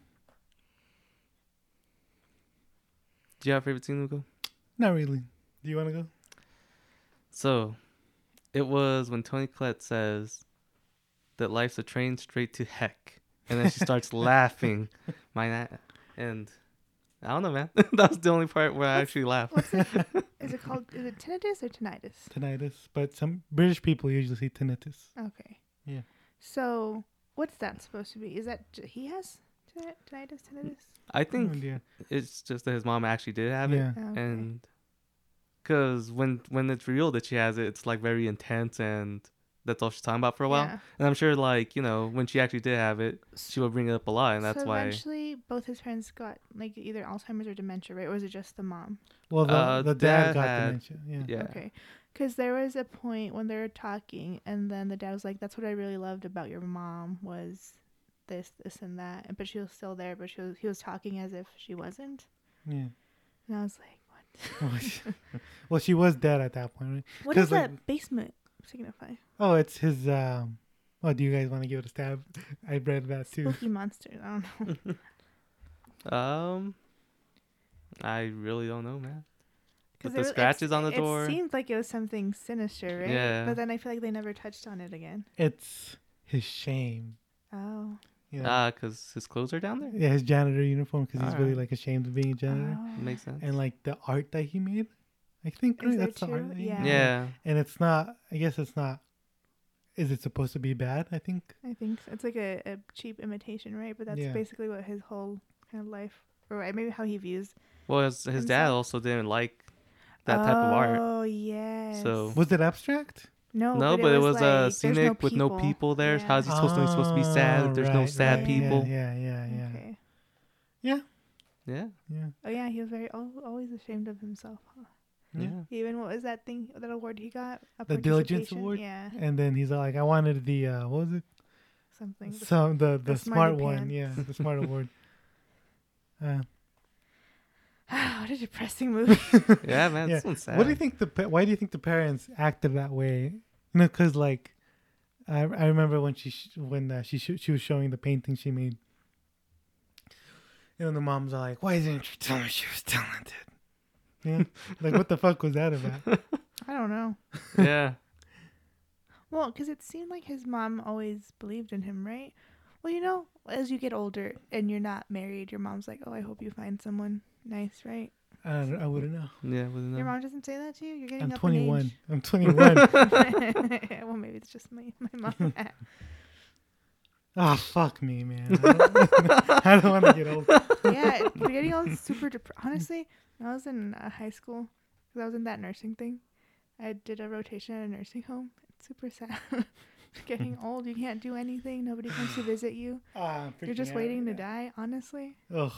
Speaker 3: Do you have a favorite scene, Lugo?
Speaker 1: Not really. Do you want to go?
Speaker 3: So, it was when Tony Collette says that life's a train straight to heck, and then she starts laughing. My na- and I don't know, man. that was the only part where I actually laughed.
Speaker 2: What's it? is it called? Is it tinnitus or tinnitus?
Speaker 1: Tinnitus, but some British people usually say tinnitus.
Speaker 2: Okay.
Speaker 1: Yeah.
Speaker 2: So what's that supposed to be? Is that j- he has tinni- tinnitus? Tinnitus?
Speaker 3: I
Speaker 1: Oh,
Speaker 3: think
Speaker 1: dear.
Speaker 3: it's just that his mom actually did have
Speaker 1: Yeah.
Speaker 3: it,
Speaker 2: Okay.
Speaker 3: and because when when it's revealed that she has it, it's like very intense, and that's all she's talking about for a while.
Speaker 2: Yeah.
Speaker 3: And I'm sure, like you know, when she actually did have it, she would bring it up a lot, and that's
Speaker 2: so
Speaker 3: why.
Speaker 2: eventually both his parents got like either Alzheimer's or dementia, right? Or was it just the mom?
Speaker 1: Well, the,
Speaker 3: Uh,
Speaker 1: the dad,
Speaker 3: dad
Speaker 1: got
Speaker 3: had-
Speaker 1: dementia. Yeah.
Speaker 3: Yeah.
Speaker 2: Okay. Because there was a point when they were talking, and then the dad was like, "That's what I really loved about your mom was this, this, and that." And- But she was still there, but she was he was talking as if she wasn't,
Speaker 1: Yeah.
Speaker 2: and I was like, "What?
Speaker 1: Well, she- well, she was dead at that point, right?
Speaker 2: what does
Speaker 1: 'Cause, like-
Speaker 2: that basement signify?
Speaker 1: Oh, it's his. um Oh, do you guys want to give it a stab? I read that too.
Speaker 2: Spooky monsters. I don't know.
Speaker 3: Um, I really don't know, man. With
Speaker 2: there
Speaker 3: the
Speaker 2: was-
Speaker 3: scratches on the
Speaker 2: it
Speaker 3: door.
Speaker 2: seemed like it was something sinister, right?
Speaker 3: Yeah.
Speaker 2: But then I feel like they never touched on it again.
Speaker 1: It's his shame.
Speaker 2: Oh.
Speaker 1: You know?
Speaker 3: Ah, because his clothes are down there.
Speaker 1: yeah, his janitor uniform because he's really
Speaker 3: Alright.
Speaker 1: like ashamed of being a janitor,
Speaker 2: Oh.
Speaker 3: Makes sense.
Speaker 1: and like the art that he made. I think
Speaker 2: Is
Speaker 1: right?
Speaker 2: there
Speaker 1: that's the art.
Speaker 2: two?
Speaker 1: that he
Speaker 2: Yeah.
Speaker 3: yeah.
Speaker 1: made. And it's not. I guess it's not. Is it supposed to be bad? I think.
Speaker 2: I think so. it's like a, a cheap imitation, right? But that's
Speaker 1: Yeah.
Speaker 2: basically what his whole kind of life, or right, maybe how he views
Speaker 3: Well, his, his
Speaker 2: And
Speaker 3: dad
Speaker 2: so-
Speaker 3: also didn't like that type of art.
Speaker 2: Oh yes.
Speaker 3: So-
Speaker 1: Was it abstract?
Speaker 2: no,
Speaker 3: no, but it was,
Speaker 2: like,
Speaker 3: uh,
Speaker 2: there's
Speaker 3: scenic with no people there. How's he supposed to? He's supposed to be sad.
Speaker 1: Oh,
Speaker 3: if There's no
Speaker 1: right,
Speaker 3: sad
Speaker 1: right, yeah,
Speaker 3: people. Yeah.
Speaker 1: Yeah, yeah, yeah.
Speaker 2: Okay.
Speaker 3: Yeah.
Speaker 1: Yeah.
Speaker 2: Oh yeah, he was very al- always ashamed of himself. Huh?
Speaker 1: Yeah.
Speaker 2: Even what was that thing? That award he got? A
Speaker 1: The Diligence
Speaker 2: participation?
Speaker 1: Award?
Speaker 2: Yeah,
Speaker 1: And then he's like, I wanted the uh, what was it?
Speaker 2: something.
Speaker 1: Some the the,
Speaker 2: the
Speaker 1: smart
Speaker 2: smarty
Speaker 1: one,
Speaker 2: pants.
Speaker 1: yeah, the smart award. Uh,
Speaker 2: what a depressing movie.
Speaker 3: Yeah, man.
Speaker 1: Yeah.
Speaker 3: This one's sad.
Speaker 1: what do you think the pa- why do you think the parents acted that way? You know, because like, I I remember when she sh- when uh, she sh- she was showing the painting she made. You know, the moms are like, why didn't you tell me she was talented? Yeah, like what the fuck was that about?
Speaker 2: I don't know.
Speaker 3: yeah.
Speaker 2: Well, because it seemed like his mom always believed in him, right? Well, you know, as you get older and you're not married, your mom's like, "Oh, I hope you find someone nice," right?
Speaker 1: I don't, I wouldn't know.
Speaker 3: Yeah. Wouldn't
Speaker 2: Your
Speaker 3: know.
Speaker 2: mom doesn't say that to you. You're getting
Speaker 1: I'm
Speaker 2: up
Speaker 1: 21.
Speaker 2: in age.
Speaker 1: I'm 21.
Speaker 2: well, maybe it's just my my mom.
Speaker 1: Ah, fuck me, man. I don't, want to get old. Ah,
Speaker 2: yeah, it- getting all super dep- honestly, when I was in uh, high school, 'cause I was in that nursing thing, I did a rotation at a nursing home. It's super sad. getting old, you can't do anything. Nobody comes to visit you.
Speaker 1: Ah, I'm
Speaker 2: You're
Speaker 1: freaking
Speaker 2: just
Speaker 1: out
Speaker 2: waiting to
Speaker 1: right
Speaker 2: die. Honestly,
Speaker 1: now. Ugh.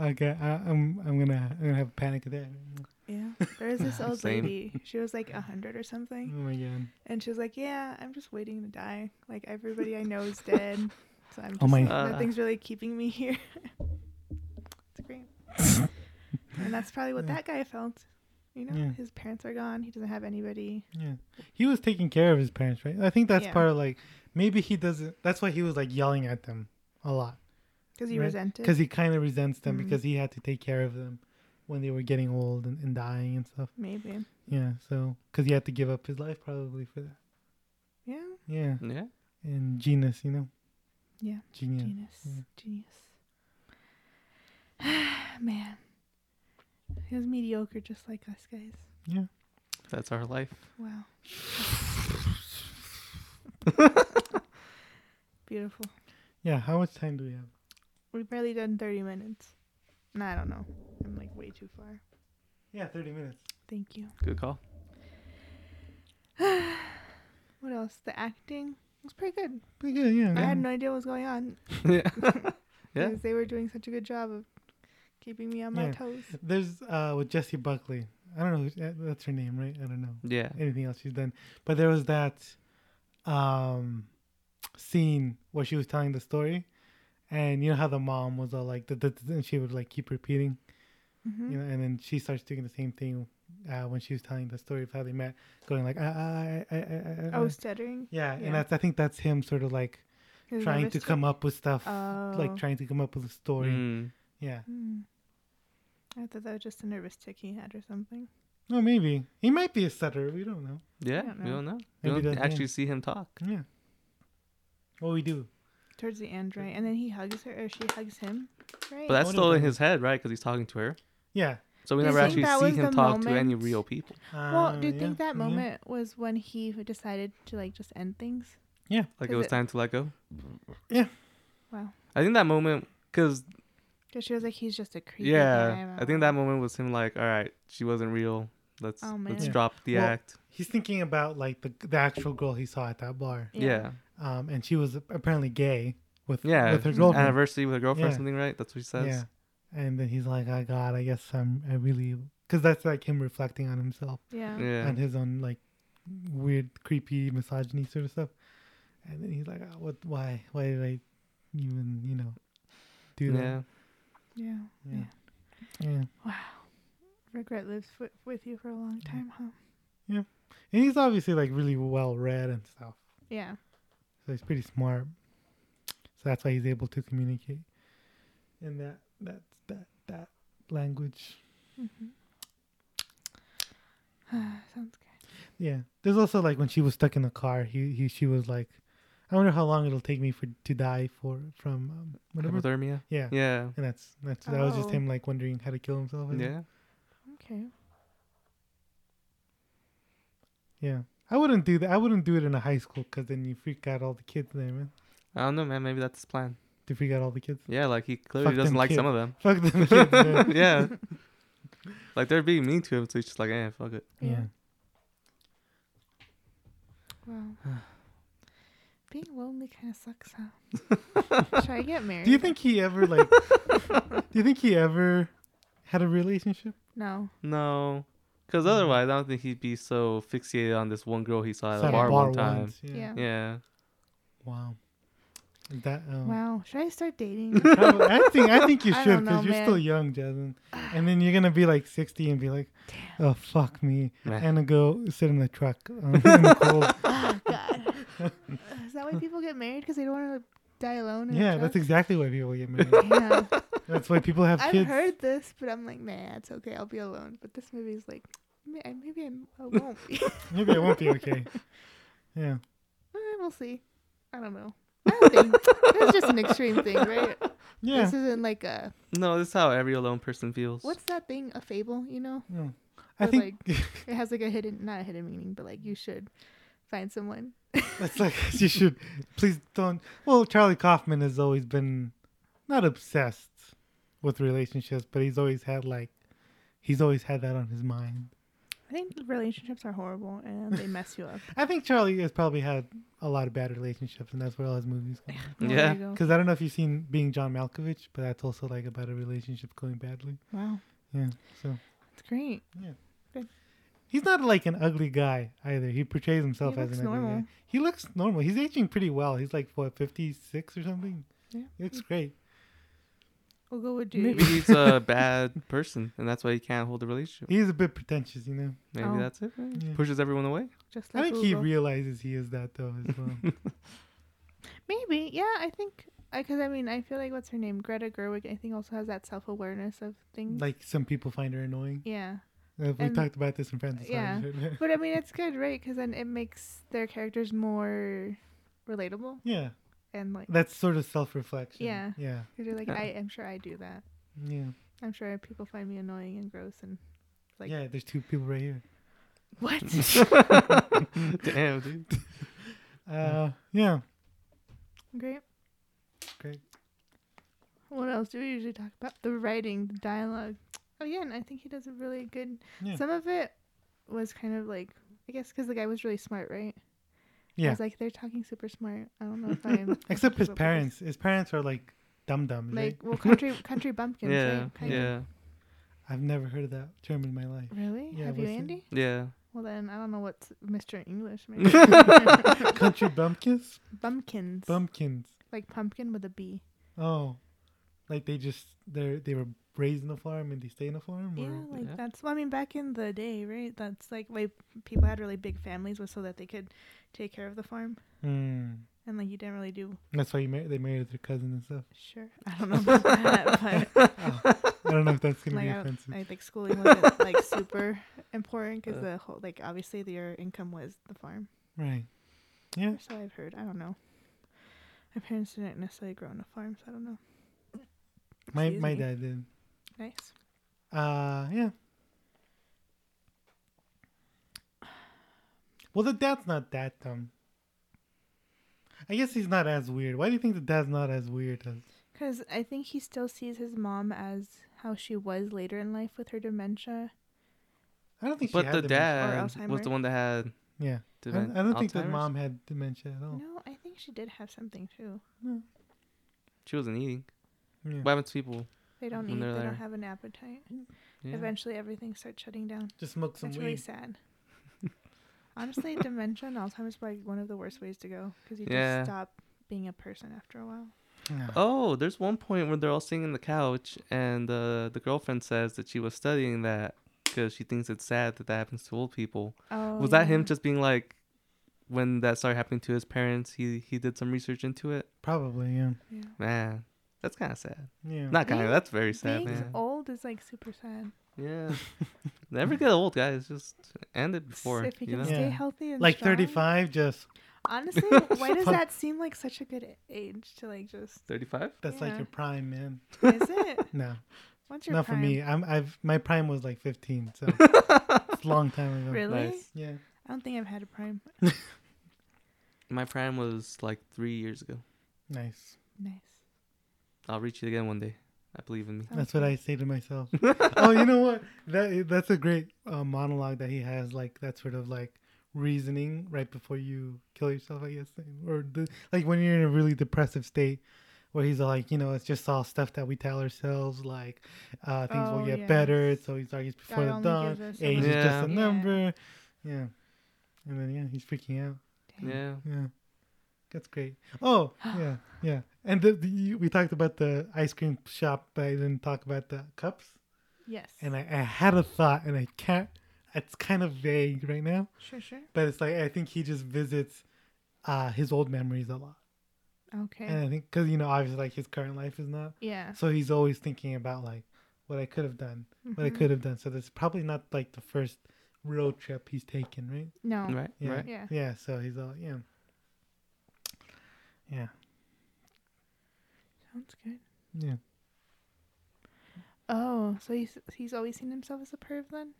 Speaker 1: Okay, I, I'm I'm gonna I'm gonna have a panic attack.
Speaker 2: yeah. There was this old
Speaker 3: Same.
Speaker 2: lady. She was like a hundred or
Speaker 1: Oh
Speaker 2: something,
Speaker 1: my god.
Speaker 2: and she was like, "Yeah, I'm just waiting to die. Like everybody I know is dead, so I'm just
Speaker 1: Oh my-
Speaker 2: like,
Speaker 3: Uh.
Speaker 2: nothing's really keeping me here." it's great, and that's probably what that guy felt. You know,
Speaker 1: Yeah.
Speaker 2: his parents are gone. He doesn't have anybody.
Speaker 1: Yeah, he was taking care of his parents, right? I think that's
Speaker 2: Yeah.
Speaker 1: part of like maybe he doesn't. That's why he was like yelling at them a lot
Speaker 2: Because he
Speaker 1: Right.
Speaker 2: resented.
Speaker 1: because he kind of resents them
Speaker 2: Mm.
Speaker 1: because he had to take care of them when they were getting old and, and dying and stuff.
Speaker 2: Maybe.
Speaker 1: Yeah, so because he had to give up his life probably for that.
Speaker 2: Yeah.
Speaker 1: Yeah,
Speaker 3: Yeah.
Speaker 1: and genius, you know.
Speaker 2: Yeah.
Speaker 1: Genius.
Speaker 2: Genius.
Speaker 1: Yeah.
Speaker 2: Genius. Man. He was mediocre just like us guys.
Speaker 1: Yeah.
Speaker 3: That's our life.
Speaker 2: Wow. Beautiful.
Speaker 1: Yeah. How much time do we have?
Speaker 2: We've barely done 30 minutes. No, I don't know. I'm like way too far.
Speaker 1: Yeah, thirty minutes.
Speaker 2: Thank you.
Speaker 3: Good call.
Speaker 2: What else? The acting was pretty good.
Speaker 1: Pretty good. Yeah.
Speaker 2: I had
Speaker 1: yeah.
Speaker 2: no idea what was going on
Speaker 3: yeah. Yeah.
Speaker 2: because they were doing such a good job of keeping me on my
Speaker 1: Yeah.
Speaker 2: toes.
Speaker 1: There's uh with Jesse Buckley. I don't know. who- that- That's her name, right? I don't know.
Speaker 3: Yeah.
Speaker 1: anything else she's done. But there was that um scene where she was telling the story and you know how the mom was all like "Duh, duh, duh," and she would like keep repeating
Speaker 2: Mhm.
Speaker 1: you know and then she starts doing the same thing uh, when she was telling the story of how they met going like "Ah, I I I I, I, I.
Speaker 2: Oh, stuttering.
Speaker 1: eh, yeah,
Speaker 2: yeah.
Speaker 1: and that's I think that's him sort of like
Speaker 2: His
Speaker 1: trying
Speaker 2: nervous
Speaker 1: to
Speaker 2: tic-
Speaker 1: come up with stuff
Speaker 2: Oh.
Speaker 1: like trying to come up with a story
Speaker 3: Mm.
Speaker 1: yeah
Speaker 2: Hmm. I thought that was just a nervous tick he had or something.
Speaker 1: no maybe he might be a setter we don't know
Speaker 3: Yeah.
Speaker 2: don't
Speaker 3: we
Speaker 2: know.
Speaker 3: don't know. We
Speaker 1: Maybe
Speaker 3: don't
Speaker 1: that's
Speaker 3: actually
Speaker 1: him.
Speaker 3: see him talk.
Speaker 1: yeah well we do
Speaker 2: Towards the end, right? And then he hugs her, or she hugs him, right?
Speaker 3: But that's
Speaker 1: What
Speaker 3: still
Speaker 1: is
Speaker 3: in
Speaker 1: that?
Speaker 3: his head, right? Because he's talking to her.
Speaker 1: yeah
Speaker 3: So we
Speaker 2: Do you
Speaker 3: never
Speaker 2: think
Speaker 3: actually
Speaker 2: that
Speaker 3: see
Speaker 2: was
Speaker 3: him
Speaker 2: the
Speaker 3: talk to any
Speaker 2: moment?
Speaker 3: real people.
Speaker 2: well, do you
Speaker 1: Uh,
Speaker 2: think
Speaker 1: yeah,
Speaker 2: that
Speaker 1: yeah.
Speaker 2: moment was when he decided to like just end things?
Speaker 1: yeah
Speaker 3: Like it
Speaker 2: Is
Speaker 3: was
Speaker 2: it-
Speaker 3: time to let go.
Speaker 2: Wow.
Speaker 3: I think that moment, because,
Speaker 2: 'Cause she was like, he's just a creep.
Speaker 3: yeah, I think that moment was him like, all right, she wasn't real. Let's
Speaker 2: Oh,
Speaker 3: let's
Speaker 2: man.
Speaker 3: drop the
Speaker 1: Well,
Speaker 3: act.
Speaker 1: he's thinking about like the the actual girl he saw at that bar,
Speaker 2: Yeah.
Speaker 3: Yeah. Yeah.
Speaker 1: um, and she was apparently gay with with her
Speaker 3: an
Speaker 1: girlfriend.
Speaker 3: mm-hmm. Anniversary with her girlfriend or
Speaker 1: Yeah.
Speaker 3: something, right? That's what she says.
Speaker 1: Yeah, and then he's like, "I God, I guess I'm I really because that's like him reflecting on himself
Speaker 2: Yeah.
Speaker 3: Yeah.
Speaker 1: and his own like weird, creepy misogyny sort of stuff." And then he's like, oh, "What? Why? Why did I even you know do
Speaker 3: yeah.
Speaker 1: that?"
Speaker 2: Yeah.
Speaker 1: Yeah. Yeah,
Speaker 2: Wow. Regret lives wi- with you for a long time, huh?
Speaker 1: and he's obviously like really well read and stuff,
Speaker 2: Yeah.
Speaker 1: so he's pretty smart. So that's why he's able to communicate in that that that that language.
Speaker 2: Sounds good.
Speaker 1: Yeah. There's also like when she was stuck in the car, he, he she was like, I wonder how long it'll take me for to die for from um, whatever.
Speaker 3: Hypothermia.
Speaker 1: Yeah.
Speaker 3: Yeah.
Speaker 1: And that's that's that was just
Speaker 2: Oh.
Speaker 1: him like wondering how to kill himself. I think.
Speaker 3: Yeah.
Speaker 2: Okay.
Speaker 1: Yeah. I wouldn't do that. I wouldn't do it in a high school because then you freak out all the kids there, man.
Speaker 3: I don't know, man. Maybe that's his plan.
Speaker 1: To freak out all the kids.
Speaker 3: Yeah, like he clearly
Speaker 1: Fuck
Speaker 3: doesn't
Speaker 1: them
Speaker 3: like some of them.
Speaker 1: Fuck them kids. man.
Speaker 3: yeah. Like they're being mean to him, so he's just like, eh, fuck it.
Speaker 1: Yeah.
Speaker 2: Yeah. Wow. Being lonely kind of sucks, huh? Should I get married?
Speaker 1: Do you think he ever like? do you think he ever had a relationship?
Speaker 2: No.
Speaker 3: No. Because
Speaker 1: Mm-hmm.
Speaker 3: otherwise, I don't think he'd be so fixated on this one girl he saw at
Speaker 1: Saw
Speaker 3: a
Speaker 1: at
Speaker 3: bar, one time.
Speaker 1: once, Yeah.
Speaker 2: Yeah.
Speaker 3: Yeah.
Speaker 1: Wow. Is That. Um,
Speaker 2: Wow. Should I start dating? Oh
Speaker 1: Probably. I think I think you
Speaker 2: I
Speaker 1: should
Speaker 2: don't
Speaker 1: because
Speaker 2: know,
Speaker 1: you're still
Speaker 2: man.
Speaker 1: young, Jasmine. And then you're gonna be like 60 and be like, "Oh fuck me,"
Speaker 3: Man.
Speaker 1: and go sit in the truck um, in the cold.
Speaker 2: oh, God. Is that why people get married? Because they don't want to die alone? In a
Speaker 1: yeah, that's
Speaker 2: truck?
Speaker 1: exactly why people get married.
Speaker 2: Yeah.
Speaker 1: That's why people have
Speaker 2: I've
Speaker 1: kids.
Speaker 2: heard this, but I'm like, nah, it's okay. I'll be alone. But this movie is like, "May- I- maybe I'm- I won't be.
Speaker 1: Maybe it won't be okay. Yeah,
Speaker 2: Eh, we'll see. I don't know. Nothing. That's just an extreme thing, right?
Speaker 1: yeah.
Speaker 2: This isn't like a
Speaker 3: No, this is how every alone person feels.
Speaker 2: what's that thing? A fable, you know?
Speaker 1: yeah. I
Speaker 2: but,
Speaker 1: think
Speaker 2: It has like a hidden, not a hidden meaning, but like you should. It's find someone.
Speaker 1: That's like you should please don't. Well, Charlie Kaufman has always been not obsessed with relationships, but he's always had like he's always had that on his mind.
Speaker 2: I think relationships are horrible and they mess you up.
Speaker 1: I think Charlie has probably had a lot of bad relationships, and that's where all his movies come.
Speaker 2: Well,
Speaker 3: Yeah.
Speaker 2: there you go.
Speaker 1: Because I don't know if you've seen Being John Malkovich, but that's also like about a relationship going badly.
Speaker 2: Wow.
Speaker 1: Yeah, so
Speaker 2: That's great.
Speaker 1: he's not like an ugly guy either. He portrays himself
Speaker 2: He
Speaker 1: as
Speaker 2: looks
Speaker 1: an ugly
Speaker 2: normal.
Speaker 1: guy. He looks normal. He's aging pretty well. He's like what fifty six or something.
Speaker 2: Yeah.
Speaker 1: he looks great.
Speaker 2: We'll go with
Speaker 1: Maybe-
Speaker 2: Judy.
Speaker 3: Maybe he's a bad person, and that's why he can't hold a relationship.
Speaker 1: He's a bit pretentious, you know.
Speaker 3: Maybe
Speaker 2: Oh.
Speaker 3: that's it.
Speaker 1: Yeah.
Speaker 3: Pushes everyone away.
Speaker 2: Just
Speaker 1: I
Speaker 2: like
Speaker 1: think he
Speaker 2: Google.
Speaker 1: realizes he is that though as well.
Speaker 2: Mm-hmm. Maybe. Yeah, I think. Because, I mean, I feel like what's her name? Greta Gerwig, I think, also has that self awareness of things.
Speaker 1: like some people find her annoying.
Speaker 2: yeah.
Speaker 1: Uh, We
Speaker 2: And-
Speaker 1: talked about this in Francis.
Speaker 2: yeah.
Speaker 1: Hodge.
Speaker 2: But, I mean, it's good, right? Because then it makes their characters more relatable
Speaker 1: yeah.
Speaker 2: and, like,
Speaker 1: That's sort of self reflection.
Speaker 2: Yeah.
Speaker 1: Yeah.
Speaker 2: you're like,
Speaker 3: Yeah.
Speaker 2: I am sure I do that.
Speaker 1: Yeah.
Speaker 2: I'm sure people find me annoying and gross and Like-
Speaker 1: yeah, there's two people right here.
Speaker 2: what?
Speaker 3: Damn, dude.
Speaker 1: Uh yeah.
Speaker 2: Great.
Speaker 1: Great.
Speaker 2: What else do we usually talk about? The writing, the dialogue. Oh yeah, and I think he does a really good.
Speaker 1: Yeah.
Speaker 2: Some of it was kind of like I guess because the guy was really smart, right? I
Speaker 1: Yeah.
Speaker 2: was like, they're talking super smart. I don't know if I am.
Speaker 1: Except his
Speaker 2: keep up with this.
Speaker 1: parents. His parents are like dum dums, right?
Speaker 2: Like well, country country bumpkins.
Speaker 3: Yeah,
Speaker 2: right? Kind of.
Speaker 3: yeah,
Speaker 1: I've never heard of that term in my life.
Speaker 2: Really?
Speaker 1: Yeah,
Speaker 2: Have you,
Speaker 1: was it-
Speaker 2: Andy?
Speaker 3: yeah.
Speaker 2: Well then, I don't know what's Mr. English. Maybe.
Speaker 1: Country bumpkins?
Speaker 2: bumpkins.
Speaker 1: Bumpkins.
Speaker 2: like pumpkin with a B.
Speaker 1: Oh. Like they just they're they were raised in a farm and they stay in a farm
Speaker 2: Yeah,
Speaker 1: or
Speaker 2: like
Speaker 3: Yeah.
Speaker 2: that's. Well, I mean, back in the day, right? That's like why people had really big families was so that they could take care of the farm,
Speaker 1: Hmm.
Speaker 2: and like you didn't really do.
Speaker 1: That's why you mar- they married their cousin and stuff. Oh.
Speaker 2: Sure, I don't know about that, but
Speaker 1: I don't know if that's gonna
Speaker 2: like
Speaker 1: be
Speaker 2: I, don't-
Speaker 1: offensive.
Speaker 2: I think schooling wasn't like super important
Speaker 3: Uh.
Speaker 2: because the whole like obviously their income was the farm.
Speaker 1: right. Yeah.
Speaker 2: Or so I've heard. I don't know. My parents didn't necessarily grow on a farm, so I don't know.
Speaker 1: My
Speaker 2: Excuse
Speaker 1: my
Speaker 2: me.
Speaker 1: dad did.
Speaker 2: Nice.
Speaker 1: Uh yeah. Well, the dad's not that dumb. I guess he's not as weird. Why do you think the dad's not as weird as?
Speaker 2: Because I think he still sees his mom as how she was later in life with her dementia.
Speaker 1: I don't think. she
Speaker 3: But
Speaker 1: had
Speaker 3: the
Speaker 1: dementia.
Speaker 3: dad
Speaker 2: Or
Speaker 3: was
Speaker 2: Alzheimer's.
Speaker 3: the one that had.
Speaker 1: Yeah. I-
Speaker 3: demen-
Speaker 1: I, don't think that
Speaker 3: Alzheimer's.
Speaker 1: mom had dementia
Speaker 3: Oh.
Speaker 1: at all.
Speaker 2: No, I think she did have something too.
Speaker 3: She wasn't eating.
Speaker 1: Yeah.
Speaker 3: What happens to people?
Speaker 2: They don't
Speaker 3: When
Speaker 2: eat. They
Speaker 3: they're
Speaker 2: don't
Speaker 3: there.
Speaker 2: have an appetite.
Speaker 3: Yeah.
Speaker 2: Eventually, everything starts shutting down.
Speaker 1: Just smoke some
Speaker 2: That's
Speaker 1: weed.
Speaker 2: really sad. Honestly, dementia and Alzheimer's probably one of the worst ways to go because you
Speaker 3: Yeah.
Speaker 2: just stop being a person after a while.
Speaker 1: Yeah.
Speaker 3: Oh, there's one point where they're all sitting on the couch, and uh, the girlfriend says that she was studying that because she thinks it's sad that that happens to old people.
Speaker 2: Oh,
Speaker 3: was that him just being like, when that started happening to his parents, he he did some research into it.
Speaker 1: Probably. Yeah.
Speaker 3: Man, that's kind of sad.
Speaker 1: Yeah.
Speaker 3: Not kind
Speaker 2: Being-
Speaker 3: of. That's very sad,
Speaker 2: Being
Speaker 3: man.
Speaker 2: old is like super sad.
Speaker 3: Yeah. Never get old, guys. Just end it before.
Speaker 2: if you
Speaker 3: You
Speaker 2: can
Speaker 3: know?
Speaker 1: Yeah.
Speaker 2: stay healthy and
Speaker 1: like
Speaker 2: strong.
Speaker 1: thirty-five. Just
Speaker 2: Honestly, why does
Speaker 1: Fuck.
Speaker 2: that seem like such a good age to like just?
Speaker 3: 35?
Speaker 1: that's
Speaker 2: Yeah.
Speaker 1: like your prime, man.
Speaker 2: Is it?
Speaker 1: No,
Speaker 2: What's your
Speaker 1: not for
Speaker 2: prime?
Speaker 1: me. I'm. I've my prime was like fifteen, so it's a long time ago.
Speaker 2: Really?
Speaker 3: Nice.
Speaker 1: Yeah.
Speaker 2: I don't think I've had a prime.
Speaker 3: My prime was like three years ago.
Speaker 1: Nice.
Speaker 2: Nice.
Speaker 3: I'll reach it again one day. I believe in me.
Speaker 1: That's what I say to myself. oh, you know what? That that's a great uh, monologue that he has. Like that sort of like reasoning right before you kill yourself, I guess, or the, like when you're in a really depressive state, where he's like, you know, it's just all stuff that we tell ourselves, like uh, things
Speaker 2: Oh,
Speaker 1: will get
Speaker 2: yes.
Speaker 1: better. So he's like, it's before
Speaker 2: God
Speaker 1: the
Speaker 2: only
Speaker 1: dawn.
Speaker 2: gives us so
Speaker 1: Age
Speaker 2: much
Speaker 1: is just a
Speaker 3: time.
Speaker 2: Yeah.
Speaker 1: number. Yeah. And then yeah, he's freaking out.
Speaker 2: Damn.
Speaker 3: Yeah.
Speaker 1: Yeah, that's great. Oh, yeah, yeah. And the, the you- we talked about the ice cream shop, but I didn't talk about the cups.
Speaker 2: Yes.
Speaker 1: And I, I had a thought, and I can't. It's kind of vague right now,
Speaker 2: sure, sure.
Speaker 1: but it's like I think he just visits uh his old memories a lot,
Speaker 2: Okay.
Speaker 1: and I think because you know obviously like his current life is not,
Speaker 2: yeah.
Speaker 1: so he's always thinking about like what I could have done, what I
Speaker 2: Mm-hmm.
Speaker 1: could have done. So that's probably not like the first road trip he's taken, right?
Speaker 2: No.
Speaker 3: Right.
Speaker 1: Yeah.
Speaker 3: Right.
Speaker 2: Yeah.
Speaker 1: Yeah. So he's all yeah, yeah,
Speaker 2: Sounds good.
Speaker 1: yeah.
Speaker 2: Oh, so he's he's always seen himself as a perv then?